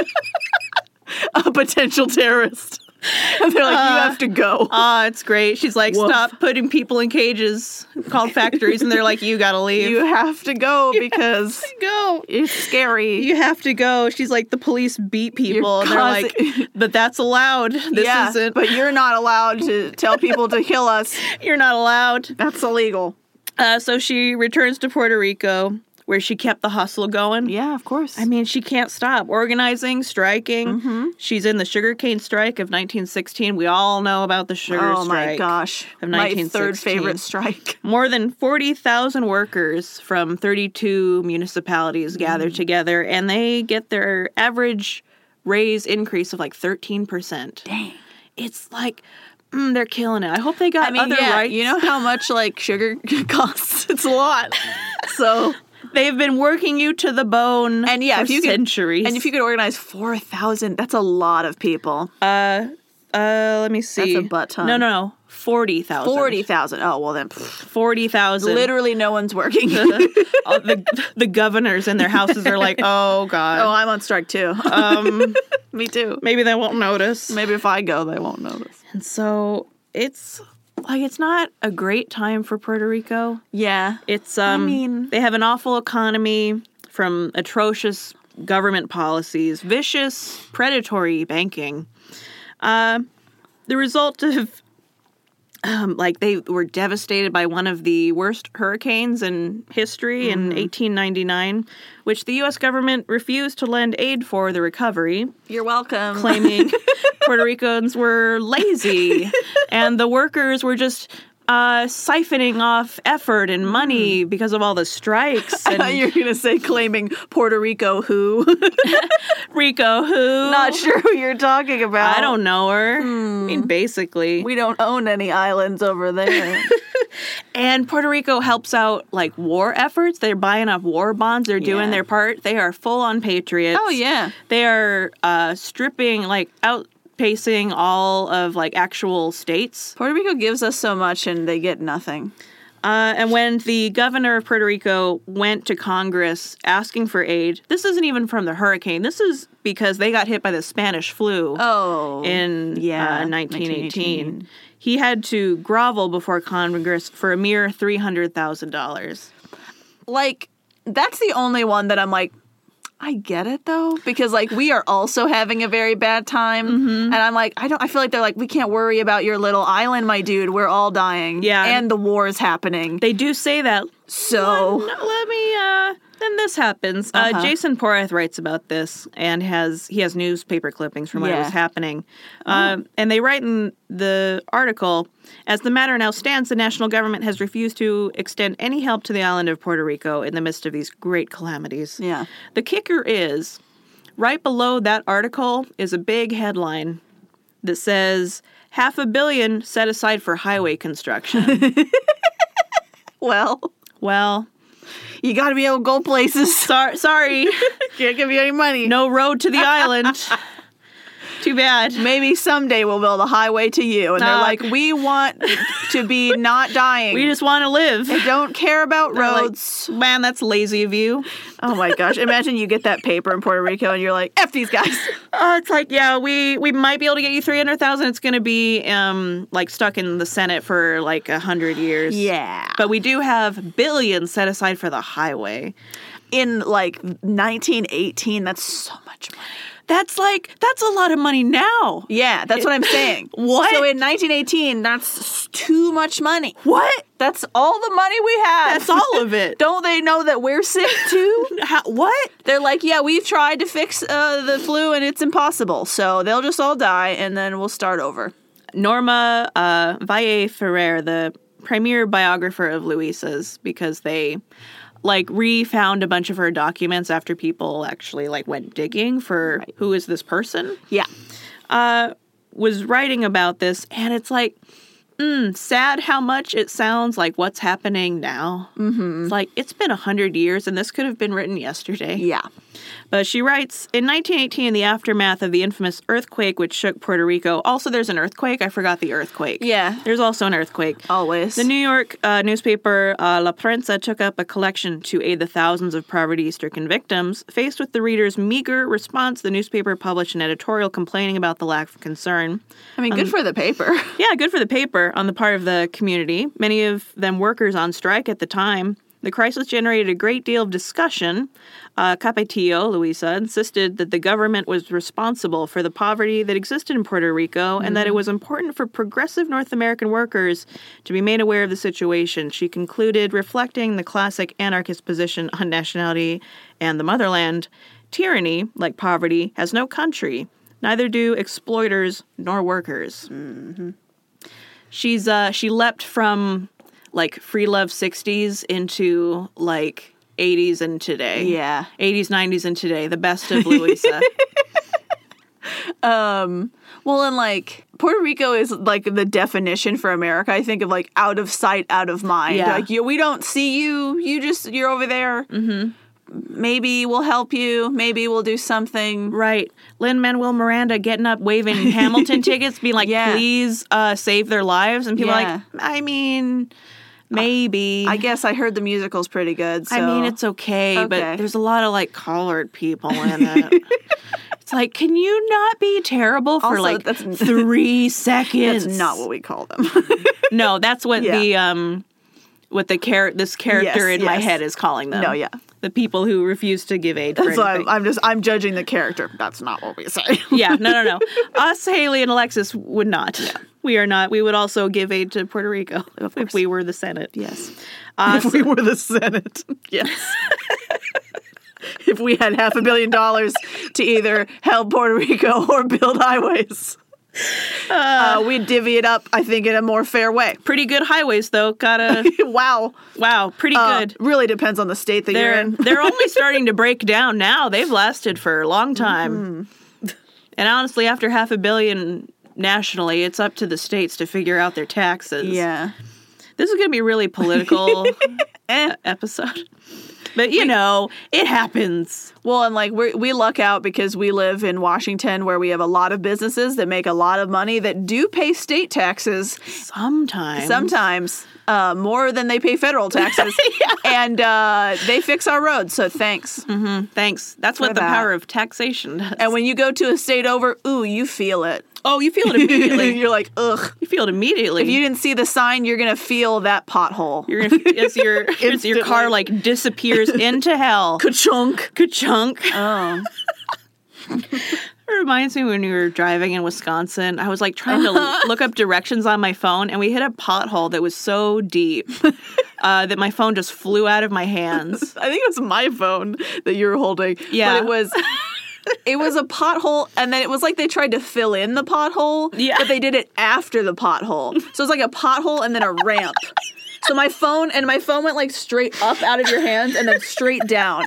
a potential terrorist. And they're like, you have to go. Ah, it's great. She's like, Woof. "Stop putting people in cages called factories." And they're like, "You got to leave." you have to go because go. it's scary. You have to go. She's like, "The police beat people." And they're causing- like, "But that's allowed. This yeah, isn't. but you're not allowed to tell people to kill us. You're not allowed." That's illegal. Uh, so she returns to Puerto Rico, where she kept the hustle going. Yeah, of course. I mean, she can't stop organizing, striking. Mm-hmm. She's in the sugarcane strike of 1916. We all know about the sugar oh strike. my gosh. of My third 1916. favorite strike. More than 40,000 workers from 32 municipalities Mm-hmm. gather together and they get their average raise increase of like 13%. Dang. It's like mm, they're killing it. I hope they got I mean, other yeah, rights. you know how much like sugar costs? It's a lot. So, they've been working you to the bone and yeah, for if you could- centuries. and if you could organize 4,000, that's a lot of people. uh uh let me see. a butt ton. No, no, no. 40,000. 40,000. Oh, well then, pfft, 40,000. literally no one's working. oh, All the, the governors in their houses are like, "Oh god." I'm on strike too. Um Me too. maybe they won't notice. Maybe if I go, they won't notice. And so it's like it's not a great time for Puerto Rico. Yeah. It's um mean- they have an awful economy from atrocious government policies, vicious predatory banking. Uh, the result of um, like they were devastated by one of the worst hurricanes in history in Mm-hmm. 1899, which the U.S. government refused to lend aid for the recovery You're welcome. claiming Puerto Ricans were lazy and the workers were just uh, siphoning off effort and money because of all the strikes Hmm. I thought and you were gonna say claiming Puerto Rico who. Rico who Not sure who you're talking about. I don't know her. I mean, basically, We don't own any islands over there. and Puerto Rico helps out like war efforts. They're buying up war bonds. They're doing Yeah. Oh, their part. They are full on patriots. they are uh, stripping like outpacing all of like actual states. Puerto Rico gives us so much and they get nothing. Uh, and when the governor of Puerto Rico went to Congress asking for aid, this isn't even from the hurricane. This is because they got hit by the Spanish flu Oh. in yeah, uh, 1918. 1918. He had to grovel before Congress for a mere $300,000. like that's the only one that I'm like I get it though because like we are also having a very bad time Mm-hmm. and I'm like I don't I feel like they're like we can't worry about your little island my dude we're all dying Yeah. and the war is happening They do say that. so No, let me. Uh, then this happens. uh Uh-huh. Jason Porath writes about this and has he has newspaper clippings from when it Yeah. Oh. was happening, Um and they write in the article as the matter now stands, the national government has refused to extend any help to the island of Puerto Rico in the midst of these great calamities. yeah The kicker is right below that article is a big headline that says half a billion set aside for highway construction. well well, you got to be able to go places sor- sorry. can't give you any money No road to the island. Too bad. maybe someday we'll build a highway to you and Nah. they're like we want to be not dying We just want to live. they don't care about like- roads Man, that's lazy of you. Oh my gosh. Imagine you get that paper in Puerto Rico and you're like, F these guys. Oh, it's like yeah, we we might be able to get you three hundred thousand. It's gonna be um like stuck in the Senate for like a hundred years. Yeah. But we do have billions set aside for the highway. In like 1918, that's so much money. That's like that's a lot of money now. Yeah, that's what I'm saying. What? So in 1918, that's s- too much money. What? That's all the money we have. That's all of it. Don't they know that we're sick too? How, what? They're like, yeah, we've tried to fix uh, the flu and it's impossible. So they'll just all die and then we'll start over. Norma uh, Valle Ferrer, the premier biographer of Luisa's, because they like refound a bunch of her documents after people actually like went digging for who is this person Yeah. uh, was writing about this and it's like mm, sad how much it sounds like what's happening now mm-hmm. it's like it's been a hundred years and this could have been written yesterday Yeah. but Uh, she writes in 1918, in the aftermath of the infamous earthquake which shook Puerto Rico. Also, there's an earthquake. I forgot the earthquake. Yeah. There's also an earthquake. Always. The New York uh, newspaper uh, La Prensa took up a collection to aid the thousands of poverty stricken victims. Faced with the reader's meager response, the newspaper published an editorial complaining about the lack of concern. I mean, good for the paper. Yeah, good for the paper on the part of the community. Many of them workers on strike at the time. The crisis generated a great deal of discussion. Uh, Capetillo, Luisa, insisted that the government was responsible for the poverty that existed in Puerto Rico and that it was important for progressive North American workers to be made aware of the situation. She concluded, reflecting the classic anarchist position on nationality and the motherland tyranny, like poverty, has no country. Neither do exploiters nor workers. She's uh she leapt from like free love 60s into like 80s and today. Yeah. 80s, 90s, and today, the best of Louisa. Well, and like Puerto Rico is like the definition for America. I think of like out of sight, out of mind. Yeah. Like you, we don't see you. You just you're over there. Mm-hmm. Maybe we'll help you. Maybe we'll do something. right. Lynn Manuel Miranda getting up waving Hamilton tickets, being like, Yeah. please uh, save their lives. And people are Yeah. like, I mean, maybe. I guess I heard the musical's pretty good. So. I mean, it's okay, Okay. but there's a lot of like collared people in it. it's like, can you not be terrible for Also, like that's- three seconds? it's not what we call them. No, that's what Yeah. the um, what the char- this character Yes, in my yes. head is calling them. No, yeah. the people who refuse to give aid. For so anything. I'm, I'm just I'm judging the character. That's not what we say. yeah, no, no, no. Us, Haley, and Alexis would not. We are not. We would also give aid to Puerto Rico if we were the Senate. yes. Uh, if we were the Senate. Yes. if we had half a billion dollars to either help Puerto Rico or build highways. Uh, we'd divvy it up, I think, in a more fair way. pretty good highways, though. Gotta wow. wow, pretty Uh, good. Really depends on the state that you're They're in. they're only starting to break down now. They've lasted for a long time. Mm-hmm. And honestly, after half a billion nationally, it's up to the states to figure out their taxes. Yeah. This is going to be a really political eh, episode. But you know, it happens. Well, and like we we luck out because we live in Washington, where we have a lot of businesses that make a lot of money that do pay state taxes, Sometimes. sometimes uh, more than they pay federal taxes, and uh, they fix our roads. So thanks. Thanks. That's what For the that. power of taxation does. And when you go to a state over, ooh, you feel it. Oh, you feel it immediately. you're like, ugh. you feel it immediately. If you didn't see the sign, you're gonna feel that pothole. are gonna, as your as your car Instantly. like disappears into hell. chunk. Ka-chunk. Oh, It reminds me when we were driving in Wisconsin. I was like trying to Uh-huh. look up directions on my phone, and we hit a pothole that was so deep uh, that my phone just flew out of my hands. I think it's my phone that you were holding. Yeah. but it was. It was a pothole, and then it was like they tried to fill in the pothole, Yeah. but they did it after the pothole. So it was like a pothole and then a ramp. So my phone and my phone went like straight up out of your hands and then straight down,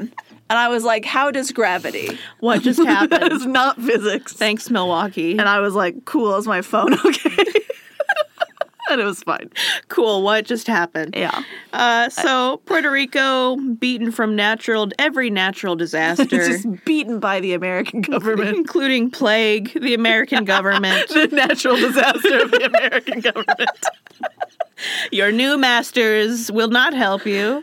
and I was like, "How does gravity? What just That happened? is not physics." Thanks, Milwaukee. And I was like, cool, it's my phone, okay. and it was fine. Cool. What just happened? Yeah. Uh, so Puerto Rico beaten from natural every natural disaster, Just beaten by the American government. including plague, the American government, the natural disaster of the American government. your new masters will not help you,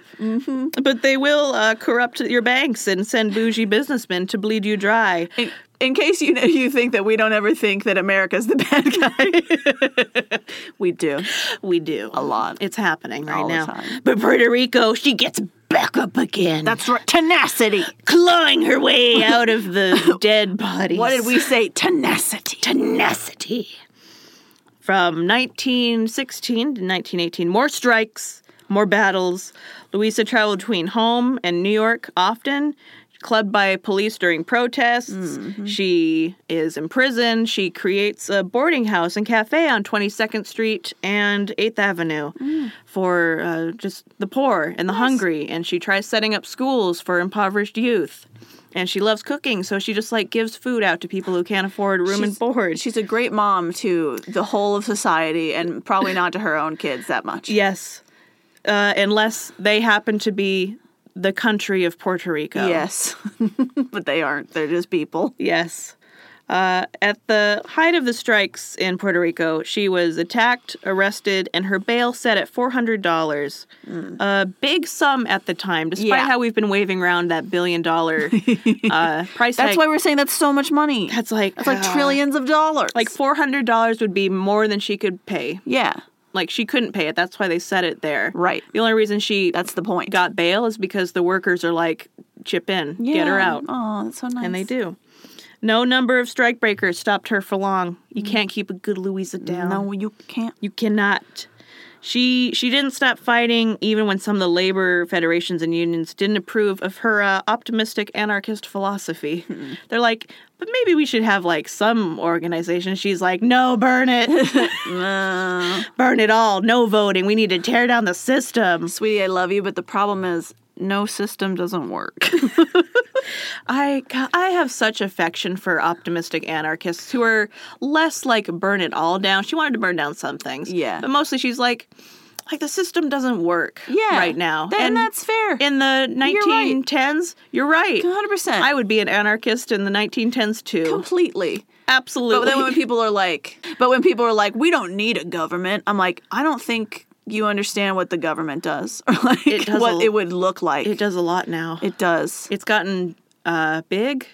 but they will uh, corrupt your banks and send bougie businessmen to bleed you dry. In, in case you you think that we don't ever think that America's the bad guy, we do. We do a lot. It's happening right All the now. time. But Puerto Rico, she gets back up again. That's right. Tenacity. clawing her way out of the dead bodies. What did we say? Tenacity. tenacity. From 1916 to 1918, more strikes, more battles. Louisa traveled between home and New York often, clubbed by police during protests. She is imprisoned. She creates a boarding house and cafe on 22nd Street and 8th Avenue for uh, just the poor and the hungry. And she tries setting up schools for impoverished youth. And she loves cooking, so she just like gives food out to people who can't afford room and She's- board. She's a great mom to the whole of society and probably not to her own kids that much. Yes. Uh, unless they happen to be the country of Puerto Rico. Yes. but they aren't. They're just people. Yes. Uh, at the height of the strikes in Puerto Rico, she was attacked, arrested, and her bail set at $400. A big sum at the time, despite Mm. Yeah. how we've been waving around that billion dollar uh, price That's tag. why we're saying that's so much money. that's like, That's like uh, trillions of dollars. Like $400 would be more than she could pay. yeah. Like she couldn't pay it. That's why they set it there. Right. The only reason she That's the point. got bail is because the workers are like, chip in, get her out. Oh, that's so nice. And they do. No number of strikebreakers stopped her for long. You can't keep a good Louisa down. Mm. No, you can't. You cannot. She she didn't stop fighting even when some of the labor federations and unions didn't approve of her uh, optimistic anarchist philosophy. Hmm. They're like, but maybe we should have like some organization. She's like, no, burn it, Uh, burn it all. No voting. We need to tear down the system. sweetie, I love you, but the problem is no system doesn't work. I ca- I have such affection for optimistic anarchists who are less like burn it all down. She wanted to burn down some things, Yeah. but mostly she's like, like the system doesn't work, right now, Th- and, that's fair. in the right. 1910s. You're right. 100%. I would be an anarchist in the 1910s too. completely. But Absolutely. then when people are like, but when people are like, we don't need a government, I'm like, I don't think you understand what the government does or like It does what a- it would look like. it does a lot now. It does. it's gotten uh, big.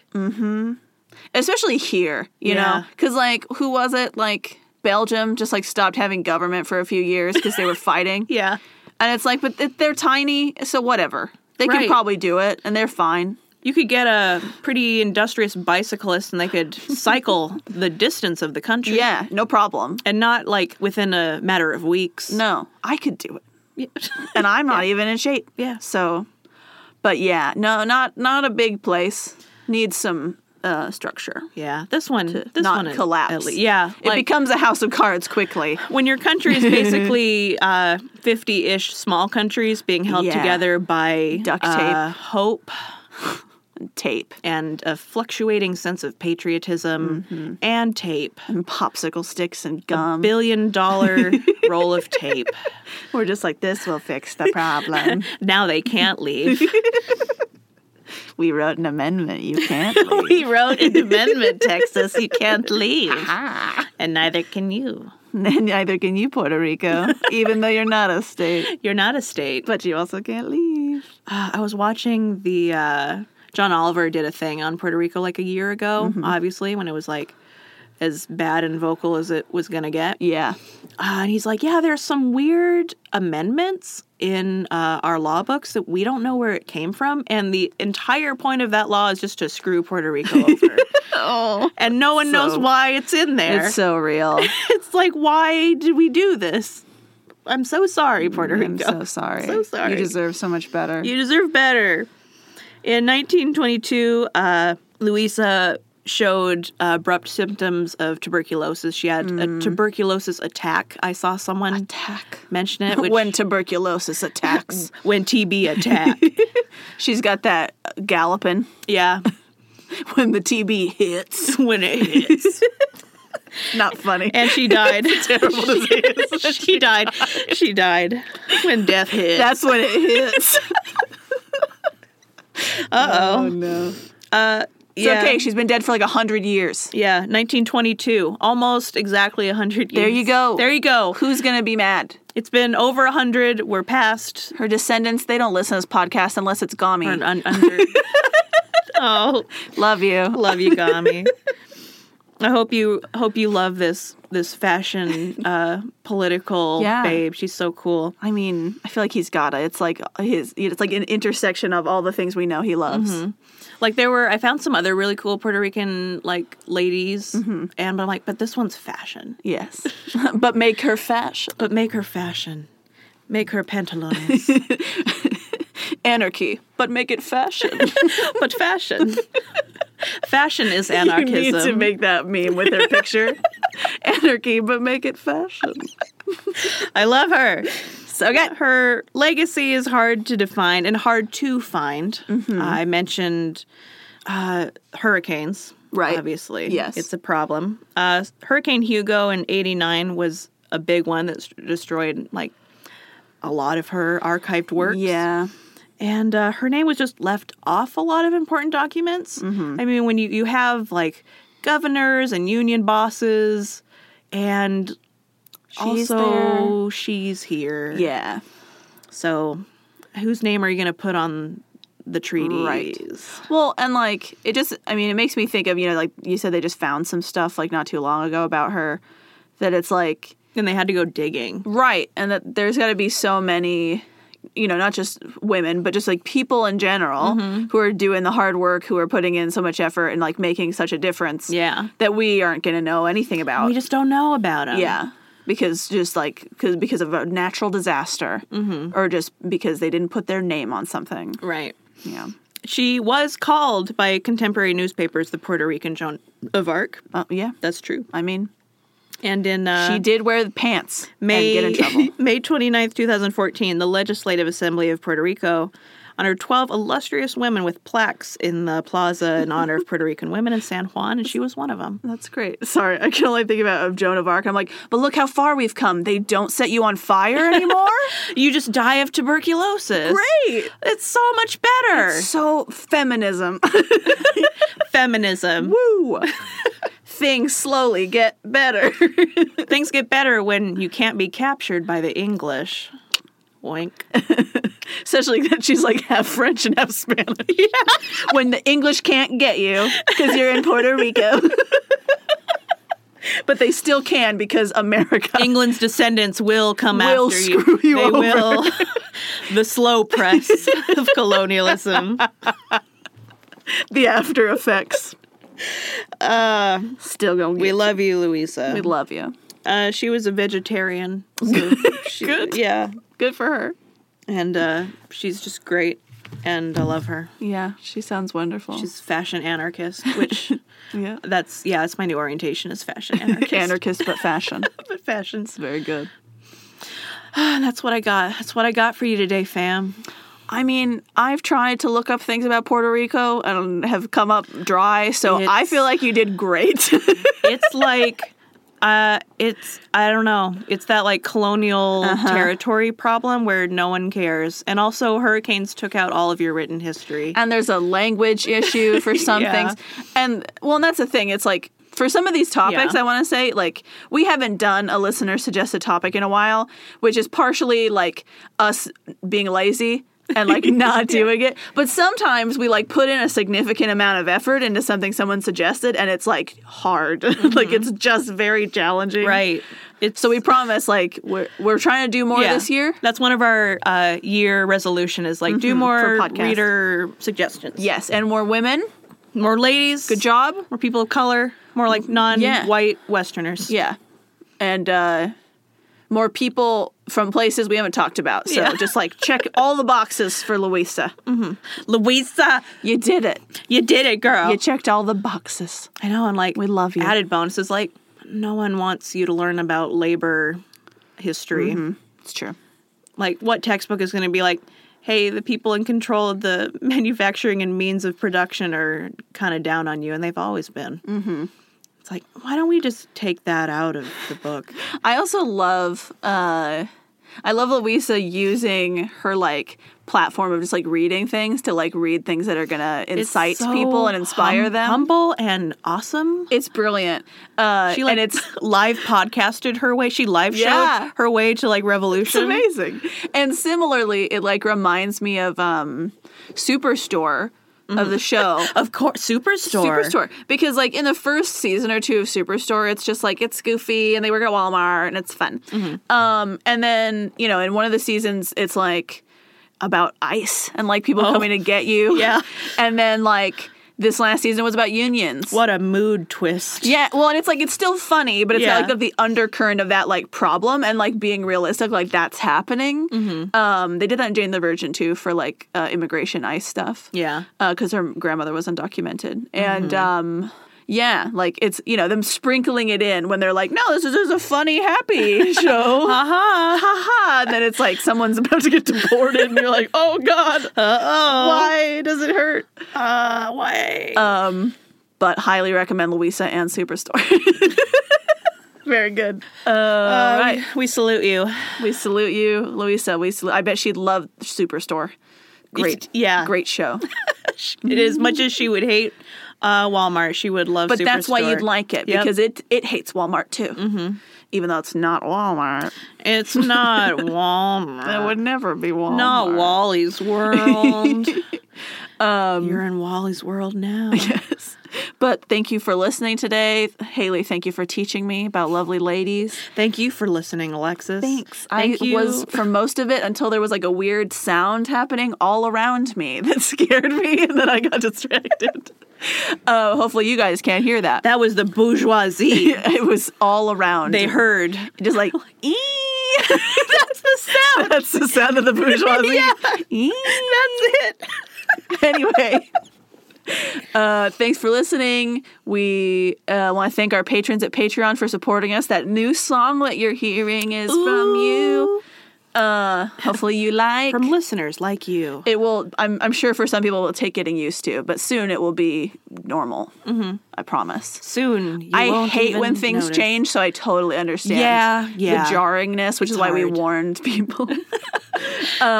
especially here, you Yeah. know, because like who was it? Like Belgium just like stopped having government for a few years because they were fighting, Yeah. and it's like, but th- they're tiny, so whatever. They Right. can probably do it, and they're fine. You could get a pretty industrious bicyclist and they could cycle the distance of the country. Yeah, no problem. and not like within a matter of weeks. No, I could do it, Yeah. and I'm not even in shape. Yeah. So, but yeah, no, not not a big place. Needs some uh, structure. yeah, this one, this not one at- collapse. at lea- yeah, It becomes a house of cards quickly. when your country is basically uh, 50-ish small countries being held Yeah. together by Duct uh, hope Tape and a fluctuating sense of patriotism and tape, and popsicle sticks and gum. billion dollar roll of tape. We're just like this will fix the problem. Now they can't leave. We wrote an amendment. You can't. leave. we wrote an amendment, Texas. You can't leave, Ah. and neither can you. And neither can you, Puerto Rico, even though you're not a state. You're not a state. But you also can't leave. Uh, I was watching the uh, John Oliver did a thing on Puerto Rico like a year ago, Mm-hmm. obviously when it was like as bad and vocal as it was gonna get. Yeah. Uh, and he's like, "Yeah, there's some weird amendments in uh, our law books that we don't know where it came from, and the entire point of that law is just to screw Puerto Rico over, Oh. and no one knows So- why it's in there. It's It's, so real. like, why did we do this? I'm so sorry, Puerto Mm, I'm Rico. so sorry. So sorry. You deserve so much better. You deserve better. In 1922, uh, Louisa showed abrupt symptoms of tuberculosis. She had a tuberculosis attack. I saw someone Hmm. Attack. mention it. Which, when tuberculosis attacks, when TB attack. she's got that galloping. yeah, When the TB hits, when it hits. not funny. And she died. terrible disease. she, died. She died when death hit. That's when it hits. Uh oh. no. It's Yeah. okay. She's been dead for like a hundred years. Yeah, 1922, almost exactly 100 years. There you go. There you go. Who's gonna be mad? It's been over 100. We're past Her descendants, they don't listen to this podcast unless it's Gami. Un- un- under- oh, Love you. love you, Gami. I hope you hope you love this this fashion uh, political Yeah. babe. She's so cool. I mean, I feel like he's got it. It's like his. It's like an intersection of all the things we know he loves. Mm-hmm. Like there were, I found some other really cool Puerto Rican like ladies, and but I'm like, but this one's fashion. Yes, Mm-hmm. but make her fashion But make her fashion, make her pantalones, anarchy, but make it fashion. but fashion. fashion is you anarchism. need to make that meme with her picture. anarchy, but make it fashion. I love her. So again, her legacy is hard to define and hard to find. Mm-hmm. I mentioned uh, hurricanes, Right. Obviously, Yes. it's a problem. Uh, Hurricane Hugo in '89 was a big one that s- destroyed like a lot of her archived works. Yeah, and uh, her name was just left off a lot of important documents. Mm-hmm. I mean, when you you have like governors and union bosses, and She's also she's here. yeah. So, whose name are you going to put on the treaties? Right. Well, and like it just I mean, it makes me think of, you know, like you said they just found some stuff like not too long ago about her that it's like And they had to go digging. Right. And that there's got to be so many, you know, not just women, but just like people in general who are doing the hard work, who are putting in so much effort and like making such a difference Yeah. that we aren't going to know anything about. We just don't know about them. yeah. Because just like cause, because of a natural disaster or just because they didn't put their name on something. Right. Yeah. She was called by contemporary newspapers the Puerto Rican Joan of Arc. Uh, yeah. That's true. I mean, And in uh, she did wear the pants May, and get in trouble. May 29th, 2014, the Legislative Assembly of Puerto Rico honored 12 illustrious women with plaques in the plaza in honor of Puerto Rican women in San Juan, and she was one of them. That's great. Sorry, I can only think about of Joan of Arc. I'm like, but look how far we've come. They don't set you on fire anymore. You just die of tuberculosis. great. It's so much better. So feminism. Feminism. Woo. Things slowly get better. Things get better when you can't be captured by the English. Oink. Especially that she's like half French and half Spanish. Yeah. when the English can't get you because you're in Puerto Rico. but they still can because America. England's descendants will come Will after you. screw you they over. will. the slow press of colonialism. The after effects. Uh, still going. We love you, Louisa. We love you. Uh, she was a vegetarian. So she, Good. Yeah. Good for her. And uh, she's just great. And I love her. Yeah, she sounds wonderful. She's fashion anarchist, which yeah. that's, yeah, that's my new orientation is fashion anarchist. Anarchist but fashion. But fashion's. Very good. That's what I got. That's what I got for you today, fam. I mean, I've tried to look up things about Puerto Rico and have come up dry, so I It's- feel like you did great. It's like, uh, it's, I don't know. It's that like colonial Uh-huh. territory problem where no one cares. And also, hurricanes took out all of your written history. and there's a language issue for some Yeah. things. And well, and that's the thing. It's like for some of these topics, Yeah. I want to say, like, we haven't done a listener suggested topic in a while, which is partially like us being lazy and like not doing it. But sometimes we like put in a significant amount of effort into something someone suggested, and it's like hard. like, it's just very challenging. Mm-hmm. Right. It's So we promise, like, we're, we're trying to do more Yeah. this year. Mm-hmm. That's one of our uh, year resolution is like do more for podcast. reader suggestions. Yes, and more women. More ladies. Good job. More people of color. More like non-white Westerners. Yeah. And uh, more people from places we haven't talked about. So Yeah. just like check all the boxes for Louisa. Louisa, You did it. you did it, girl. You checked all the boxes. I know. And like We love you. Added bonuses like no one wants you to learn about labor history. It's true. Like what textbook is going to be like? Hey, the people in control of the manufacturing and means of production are kind of down on you, and they've always been. Mm-hmm. It's like, why don't we just take that out of the book? I also love uh I love Louisa using her like platform of just like reading things to like read things that are gonna incite so people and inspire hum- them. Humble and awesome. it's brilliant. Uh She like and it's live podcasted her way. She live Yeah. showed her way to like It's revolution. amazing. And similarly, it like reminds me of um Superstore of the show. Of course, Superstore. Superstore. Because like in the first season or two of Superstore, it's just like it's goofy and they work at Walmart and it's fun. Mm-hmm. Um, and then you know in one of the seasons, it's like about ice and like people coming to get you. Oh. Yeah. and then like this last season was about unions. What a mood twist. Yeah, well, and it's like it's still funny, but it's Yeah. got, like the undercurrent of that like problem and like being realistic, like that's happening. Mm-hmm. Um, they did that in Jane the Virgin too for like uh, immigration ice stuff. Yeah. because uh, her grandmother was undocumented, and um, yeah, like it's you know them sprinkling it in when they're like, no, this is just a funny happy show, ha Aha. Uh-huh. ha, and then it's like someone's about to get deported, and you're like, oh god, Uh why does it hurt? oh. Uh, why? Um, but highly recommend Louisa and Superstore. Very good. Uh, Uh, all we- right. We, salute you. We salute you, Louisa. We salu- I bet she loved Superstore. Great. Yeah. Great show. It, as much as she would hate uh, Walmart, she would love But that's why Superstore. you'd like it Yep. because it it hates Walmart too. Mm-hmm. Even though it's not Walmart. It's not Walmart. It would never be Walmart. Not Um, Wally's World. You're in Wally's World now. Yes. But thank you for listening today. Haley, thank you for teaching me about lovely ladies. Thank you for listening, Alexis. Thanks. Thank I you. was for most of it until there was like a weird sound happening all around me that scared me, and then I got distracted. uh, hopefully, you guys can't hear that. That was the bourgeoisie. it was all around. they heard. just like ee. That's the sound. That's the sound of the bourgeoisie. Yeah. Ee. That's it. anyway. Uh, thanks for listening. We uh, want to thank our patrons at Patreon for supporting us. That new song that you're hearing is from you. Uh, hopefully you like. From listeners like you. it will. I'm, I'm sure for some people it will take getting used to, but soon it will be normal. Mm-hmm. I promise. Soon. You I won't hate even when things notice. change, so I totally understand. Yeah, yeah. The jarringness, which is why we hard. warned people. um,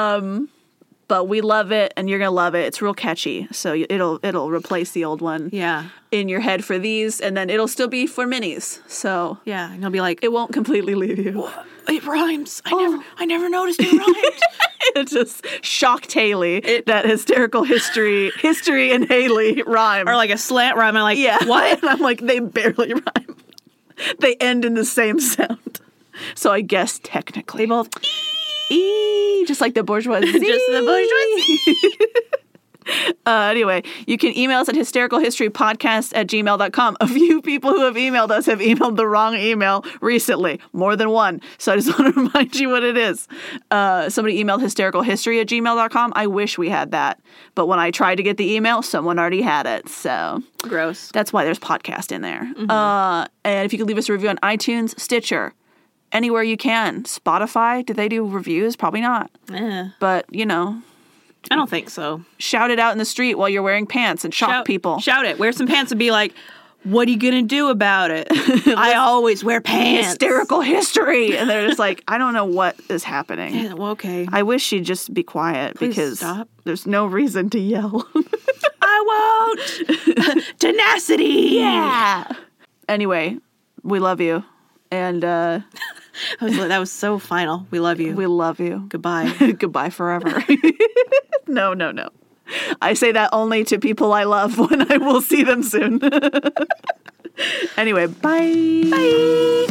but we love it, and you're gonna love it. It's real catchy, so y- it'll it'll replace the old one Yeah. in your head for these, and then it'll still be for minis, so Yeah. And you'll be like, Oh. it won't completely leave you. It rhymes. I never I never noticed it rhymed. it just shocked Haley that hysterical history, history, and Haley rhyme. or like a slant rhyme. I'm like, Yeah. what? And I'm like, they barely rhyme. They end in the same sound. So I guess technically. They both E, just like the bourgeoisie. just the bourgeoisie. Uh, anyway, you can email us at hystericalhistorypodcast at gmail.com. A few people who have emailed us have emailed the wrong email recently, more than one. So I just want to remind you what it is. Uh, somebody emailed hystericalhistory at gmail.com. I wish we had that. But when I tried to get the email, someone already had it. So Gross. that's why there's podcast in there. Uh, and if you could leave us a review on iTunes, Stitcher, anywhere you can. Spotify, do they do reviews? Probably not. Eh, But, you know, I don't think so. shout it out in the street while you're wearing pants and shock Shout- people. Shout it. Wear some pants and be like, what are you gonna do about it? I always wear pants. Hysterical history. And they're just like, I don't know what is happening. Yeah, well, okay. I wish she'd just be quiet because stop. there's no reason to yell. I won't. Tenacity. Anyway, we love you. And uh, That was, that was so final. We love you. we love you. Goodbye. goodbye forever. no, no, no. I say that only to people I love when I will see them soon. anyway, bye. Bye.